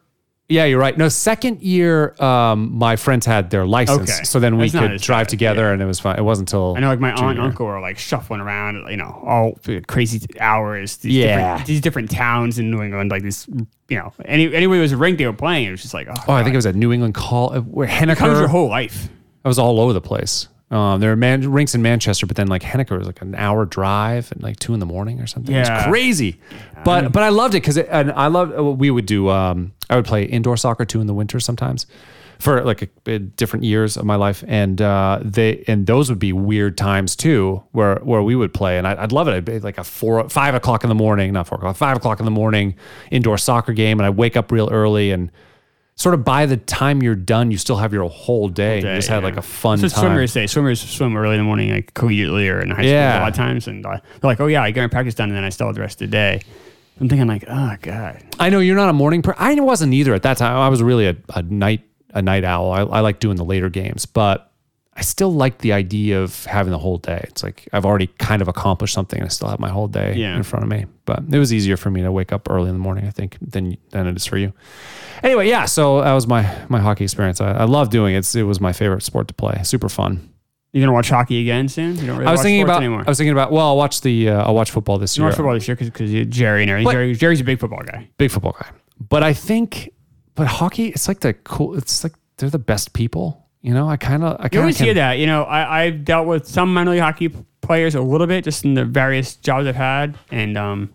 yeah, you're right. No, second year, um, my friends had their license,
Okay.
so then we
That's not
could
as
drive
bad,
together, and it was fun. It wasn't until
I know, like my aunt and
junior.
uncle are like shuffling around, you know, all crazy hours. These
Yeah.
different, these different towns in New England, like this, you know. Any anyway, it was a rink they were playing. It was just like, oh,
Oh, I think it was at New England Call uh, where
That was your
Henniker.
whole life.
I was all over the place. Um, there were man- rinks in Manchester, but then like Henniker was like an hour drive and like two in the morning or something. It was
Yeah. Mm.
crazy. But but I loved it because and I loved uh, we would do. Um, I would play indoor soccer too in the winter sometimes, for like a, a different years of my life, and uh, they and those would be weird times too where where we would play, and I, I'd love it. I'd be like a four five o'clock in the morning, not four o'clock, five o'clock in the morning indoor soccer game, and I wake up real early and. Sort of by the time you're done, you still have your whole day. you
Yeah,
just had
yeah.
like a fun
That's what
time.
swimmers say. Swimmers swim early in the morning, like collegiately or in high school
Yeah.
a lot of times, and uh, they're like, oh yeah, I get my practice done, and then I still have the rest of the day. I'm thinking like, oh god,
I know you're not a morning person. I wasn't either at that time. I was really a, a night a night owl. I, I like doing the later games, but I still like the idea of having the whole day. It's like I've already kind of accomplished something, and I still have my whole day
Yeah.
in front of me. But it was easier for me to wake up early in the morning, I think, than than it is for you. Anyway, yeah. So that was my my hockey experience. I, I love doing it. It's, it was my favorite sport to play. Super fun.
you gonna watch hockey again soon? You don't really
I was
watch
thinking
sports
about.
anymore.
I was thinking about. Well, I'll watch the. Uh, I'll watch football this
you don't
year.
watch football this year because Jerry and everything.
But-
Jerry, Jerry's a big football guy.
big football guy. But I think, but hockey, it's like the cool. It's like they're the best people. You know, I kind of, I
You
kind
always
of
hear that. You know, I, I've dealt with some minor league hockey players a little bit, just in the various jobs I've had, and um,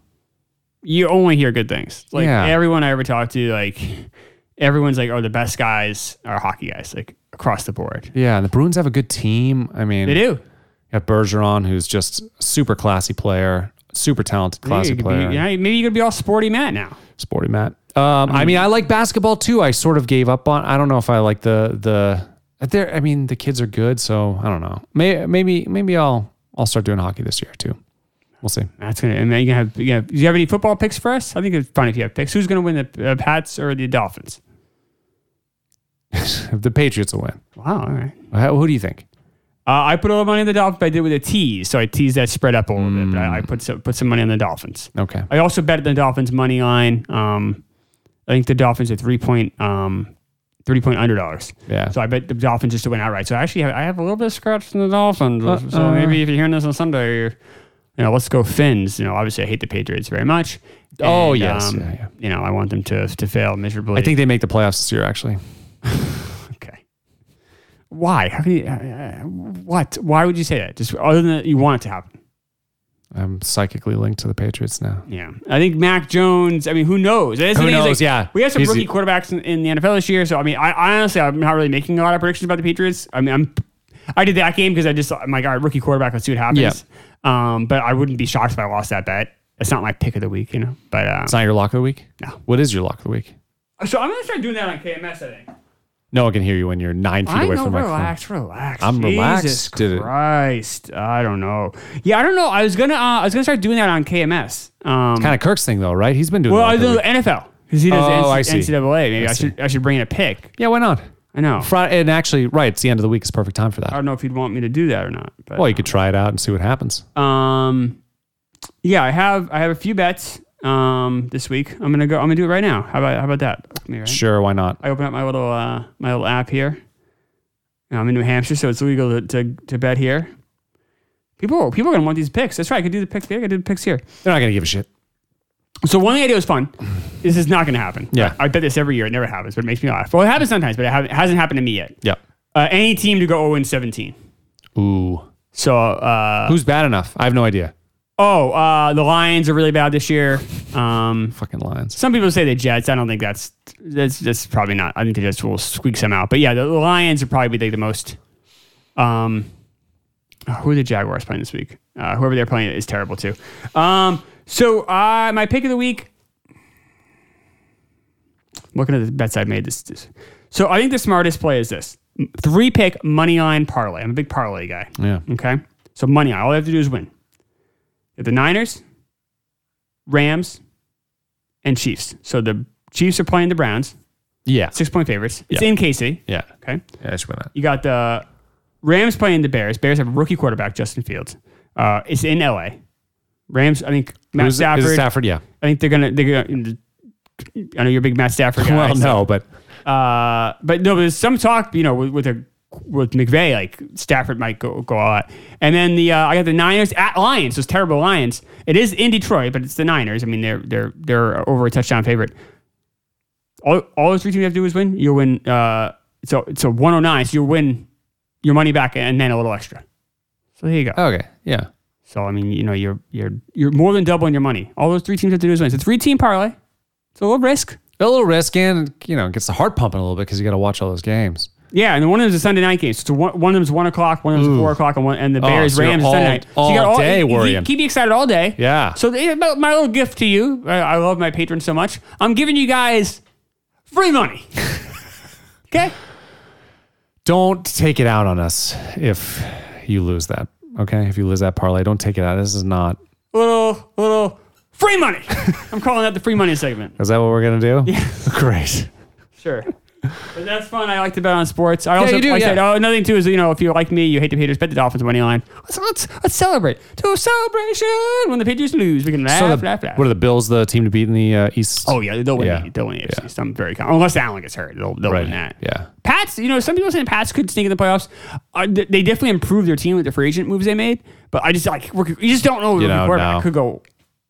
you only hear good things. Like
Yeah.
everyone I ever talked to, like everyone's like, "Oh, the best guys are hockey guys," like across the board.
Yeah, and the Bruins have a good team. I mean,
They do.
You got Bergeron, who's just super classy player, super talented, classy
You could be-
player,
yeah, maybe you could be all sporty Matt now.
sporty Matt. Um, I mean, I like basketball too. I sort of gave up on. I don't know if I like the the. There, I mean, the kids are good, so I don't know. May, maybe maybe I'll I'll start doing hockey this year too. We'll see.
That's gonna. I mean, you gonna have. You gonna, do you have any football picks for us? I think it's fun if you have picks. Who's gonna win the uh, Pats or the Dolphins?
If the Patriots will win,
Wow. All right.
How- who do you think?
Uh, I put a little money on the Dolphins, but I did with a tease, so I teased that spread up a little bit. But I, I
Hmm.
put some put some money on the Dolphins.
Okay.
I also bet the Dolphins money line. Um, I think the Dolphins are three point um, Thirty point underdogs.
Yeah.
So I bet the Dolphins just went outright. So I actually, have, I have a little bit of scratch from the Dolphins. so maybe if you're hearing this on Sunday, you're, you know, let's go Finns. You know, obviously I hate the Patriots very much. um,
Oh, yes. Yeah, yeah.
You know, I want them to to fail miserably.
I think they make the playoffs this year, actually.
Okay. Why? How can you, uh, uh, what? Why would you say that? Just other than that you want it to happen.
I'm psychically linked to the Patriots now.
Yeah. I think Mac Jones, I mean, who knows? That's the
Who
thing, is,
knows? Yeah.
We have some
He's-
rookie quarterbacks in, in the NFL this year. So, I mean, I, I honestly, I'm not really making a lot of predictions about the Patriots. I mean, I'm, I did that game because I just, I'm like, all right, rookie quarterback, let's see what happens. Um, but I wouldn't be shocked if I lost that bet. It's not my pick of the week, you know? But, um,
It's not your lock of the week?
No.
What is your lock of the week?
so I'm going to start doing that on KMS, I think.
No one can hear you when you're nine feet
I
away
know,
from the microphone.
relax, relax.
I'm relaxed.
Jesus
Did it.
Christ, I don't know. Yeah, I don't know. I was gonna, uh, I was gonna start doing that on KMS. Um,
Kind of Kirk's thing, though, right? He's been doing
well,
lock
I
of the
do
week.
NFL because he does
Oh,
NC-
I see.
NCAA. Maybe I,
see.
should, I should bring in a pick.
Yeah, why not?
I know.
Friday, and actually, right, it's the end of the week. It's perfect time for
I
that.
don't know if he'd want me to do that or not. But,
Well, you could try it out and see what happens.
Um, yeah, I have, I have a few bets. Um, this week I'm gonna go. I'm gonna do it right now. How about, how about that? Me, right?
Sure, why not?
I open up my little, uh, my little app here. Now, I'm in New Hampshire, so it's legal to, to, to bet here. People, people are gonna want these picks. That's right. I could do the picks there. I could do the picks here.
They're not going to give a shit.
So one idea was fun. This is not gonna happen.
Yeah.
I, I bet this every year. It never happens, but it makes me laugh. Well, it happens sometimes, but it, ha- it hasn't happened to me yet.
Yeah.
uh, any team to go 0 17.
Ooh.
So, uh,
Who's bad enough? I have no idea.
oh, uh, the Lions are really bad this year. Um,
Fucking Lions.
some people say the Jets. I don't think that's that's that's probably not. I think the Jets will squeak some out. But yeah, the, the Lions are probably the, the most. Um, oh, who are the Jaguars playing this week? Uh, whoever they're playing is terrible too. Um, so uh, my pick of the week. Looking at the bets I made this, this. So I think the smartest play is this three pick money line parlay. I'm a big parlay guy.
Yeah.
Okay. So money on. All they have to do is win. The Niners, Rams, and Chiefs. So the Chiefs are playing the Browns,
Yeah.
six point favorites. It's
Yeah.
in KC.
Yeah.
Okay.
Yeah, I should win that.
You got the Rams playing the Bears. Bears have a rookie quarterback, Justin Fields. Uh, it's in LA. Rams, I think Matt
Who's- is it
Stafford.
Stafford, yeah.
I think they're gonna they're gonna I know you're a big Matt Stafford guy.
Well,
so-
no, but
uh, but no, there's some talk, you know, with, with a with McVay, like Stafford might go go all out. And then the uh, I got the Niners at Lions, those terrible Lions. It is in Detroit, but it's the Niners. I mean, they're they're they're over a touchdown favorite. All all those three teams have to do is win. You'll win. Uh, so it's a 109. So you'll win your money back and then a little extra. So there you go.
okay. Yeah.
So I mean, you know, you're you're you're more than doubling your money. All those three teams have to do is win. It's a three team parlay. It's a little risk.
A little risk and, you know, it gets the heart pumping a little bit because you got to watch all those games.
Yeah, and then one of them's a Sunday night game. So it's one, one of them's one o'clock, one of them's four o'clock, and one and the
Oh,
Bears
so you're
Rams
all-
Sunday night. so
all
you got
day
you- you
worrying.
keep you excited all day.
Yeah.
So the, my, my little gift to you, I, I love my patrons so much. I'm giving you guys free money. okay.
don't take it out on us if you lose that. Okay. If you lose that parlay, don't take it out. This is not.
Little little free money. I'm calling that the free money segment.
Is that what we're going to do? Yeah. Great.
Sure. But that's fun. I like to bet on sports. I also
you do,
like I said,
yeah.
oh, another thing too is you know if you like me, you hate the Patriots, bet the Dolphins money line. Let's let's, let's celebrate to a celebration when the Patriots lose. We can laugh,
So the,
laugh, laugh.
what are the Bills, the team to beat in the uh, East?
Oh yeah, they'll win.
Yeah.
The, they'll win the AFC.
Yeah.
So I'm very confident. Unless Allen gets hurt, they'll, they'll
right.
win that.
Yeah.
Pats, you know, some people saying Pats could sneak in the playoffs. Uh, th- they definitely improved their team with the free agent moves they made. But I just like we're- you just don't know.
You
You
don't
quarterback
know.
could go.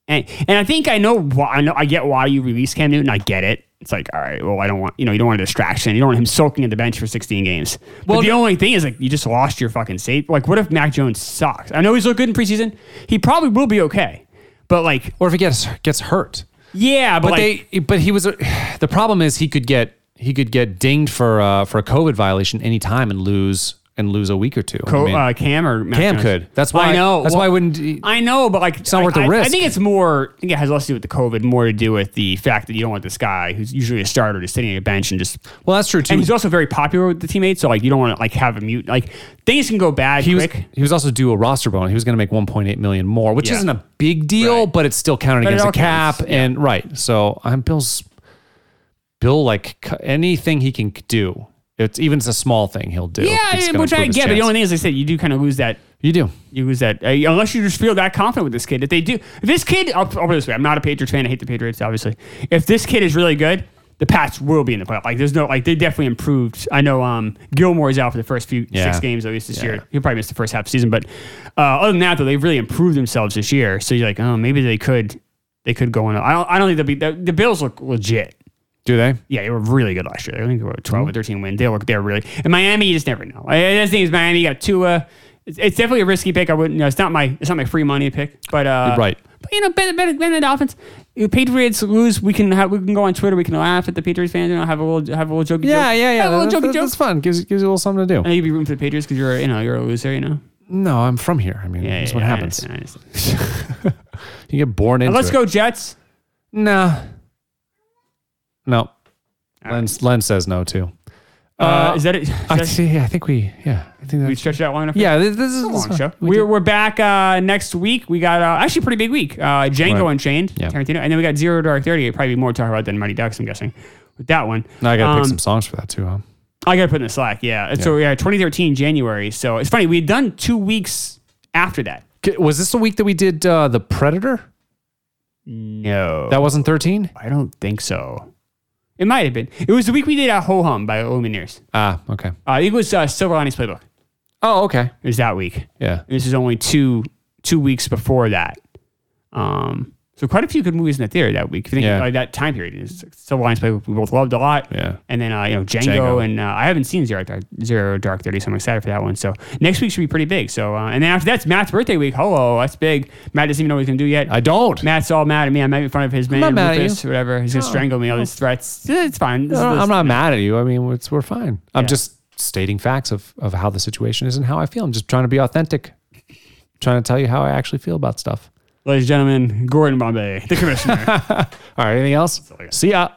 And and I think I know why. I know I get why you release Cam Newton. I get it. It's like all right, well, I don't want you know you don't want a distraction. You don't want him soaking at the bench for 16 games. Well,
Well,
the
the-
only thing is like you just lost your fucking safe. Like, what if Mac Jones sucks? I know he's looked good in preseason. He probably will be okay. But like,
Or if he gets gets hurt.
yeah, but,
But
like,
they but he was uh, the problem is he could get he could get dinged for uh, for a COVID violation any time and lose and lose a week or two. I
Co-
mean,
uh, Cam or Mac
Cam
Jones?
could. That's
I
why-
know.
that's why I wouldn't-
I know, but like it's
not
I,
worth the
I- I
risk.
think it's more. I think it has less to do with the COVID, more to do with the fact that you don't want this guy who's usually a starter just sitting on a bench and just.
well, that's true too.
And he's also very popular with the teammates, so like you don't want to like have a mute. Like things can go bad
he was
quick.
he was also due a roster bonus. He was going to make 1.8 million more, which
Yeah.
isn't a big deal,
Right.
but it's still counted
But it
against
all
the cap.
counts,
And right, so I'm Bill's. Bill, like c- anything he can c- do, it's even if it's a small thing he'll do. It's
yeah,
gonna
which I
improve his
get. But the
chance.
only thing is, I said you do kind of lose that
you do.
You lose that uh, unless you just feel that confident with this kid. If they do, if this kid, I'll, I'll put it this way: I'm not a Patriots fan. I hate the Patriots, obviously. If this kid is really good, the Pats will be in the playoff. Like there's no like they definitely improved. I know um Gilmore's out for the first few
Yeah.
six games at least this
Yeah.
year. He'll probably miss the first half of the season, but uh, other than that though, they've really improved themselves this year. So you're like, oh, maybe they could they could go on. I don't I don't think they'll be the, the Bills look legit.
Do they?
Yeah, they were really good last year. I think they were a 12 or
Mm-hmm.
13 win. They were, they were really. And Miami, you just never know. I, I just think it's Miami. You got Tua. It's, it's definitely a risky pick. I wouldn't. You know, it's not my. It's not my free money pick. But uh,
Right.
But you know, better better than the Dolphins. The Patriots lose. We can have, we can go on Twitter. We can laugh at the Patriots fans. You know, have a little have a little jokey.
Yeah, yeah,
joke.
yeah.
Have a little
That-
jokey
that-
joke.
That's fun. Gives gives you a little something to do.
I know you'd be rooting for the Patriots because you're you know you're a loser. You know.
No, I'm from here. I mean, that's what
I
happens.
understand, I understand.
You get born into.
Let's
it.
go Jets.
Nah. No. Len, Len says no too.
Uh, is that it? Is
I
that-
see. I think we. Yeah. I think
we
that's.
stretched that long enough.
Yeah. This, this is
Long
this-
show.
we
We're,
did-
we're back uh, next week. We got uh, actually a pretty big week. Uh, Django
Right.
Unchained,
Yeah.
Tarantino, and then we got Zero Dark Thirty. It'd probably be more to talk about than Mighty Ducks. I'm guessing with that one.
Now I gotta pick
Um,
some songs for that too. Huh?
I gotta put in the slack. Yeah. And So yeah, 2013 January. So it's funny. We had done two weeks after that.
K- Was this the week that we did uh, the Predator?
No,
That wasn't thirteen.
I don't think so. It might have been. It was the week we did uh, Ho Hum by Lumineers.
Ah. Okay.
Uh, it was uh, Silver Linings Playbook.
Oh. Okay.
It was that week.
Yeah.
This is only two two weeks before that. Um, so quite a few good movies in the theater that week. If you think
Yeah.
like that time period is Silver Linings Playbook we both loved a lot.
Yeah.
And then uh, you know Django,
Django.
and uh, I haven't seen Zero Dark, Zero Dark Thirty, so I'm excited for that one. So next week should be pretty big. So uh, and then after that's Matt's birthday week. Hello, that's big. Matt doesn't even know what he's gonna do yet.
I don't.
Matt's all mad at me. I'm making fun of his man,
not mad at
Rufus, whatever. He's gonna strangle me. All these threats. It's fine. This is-
No,
this-
I'm not mad at you. I mean, it's, we're fine. I'm
Yeah.
just stating facts of, of how the situation is and how I feel. I'm just trying to be authentic, trying to tell you how I actually feel about stuff.
Ladies and gentlemen, Gordon Bombay, the commissioner.
All right, anything else? See ya.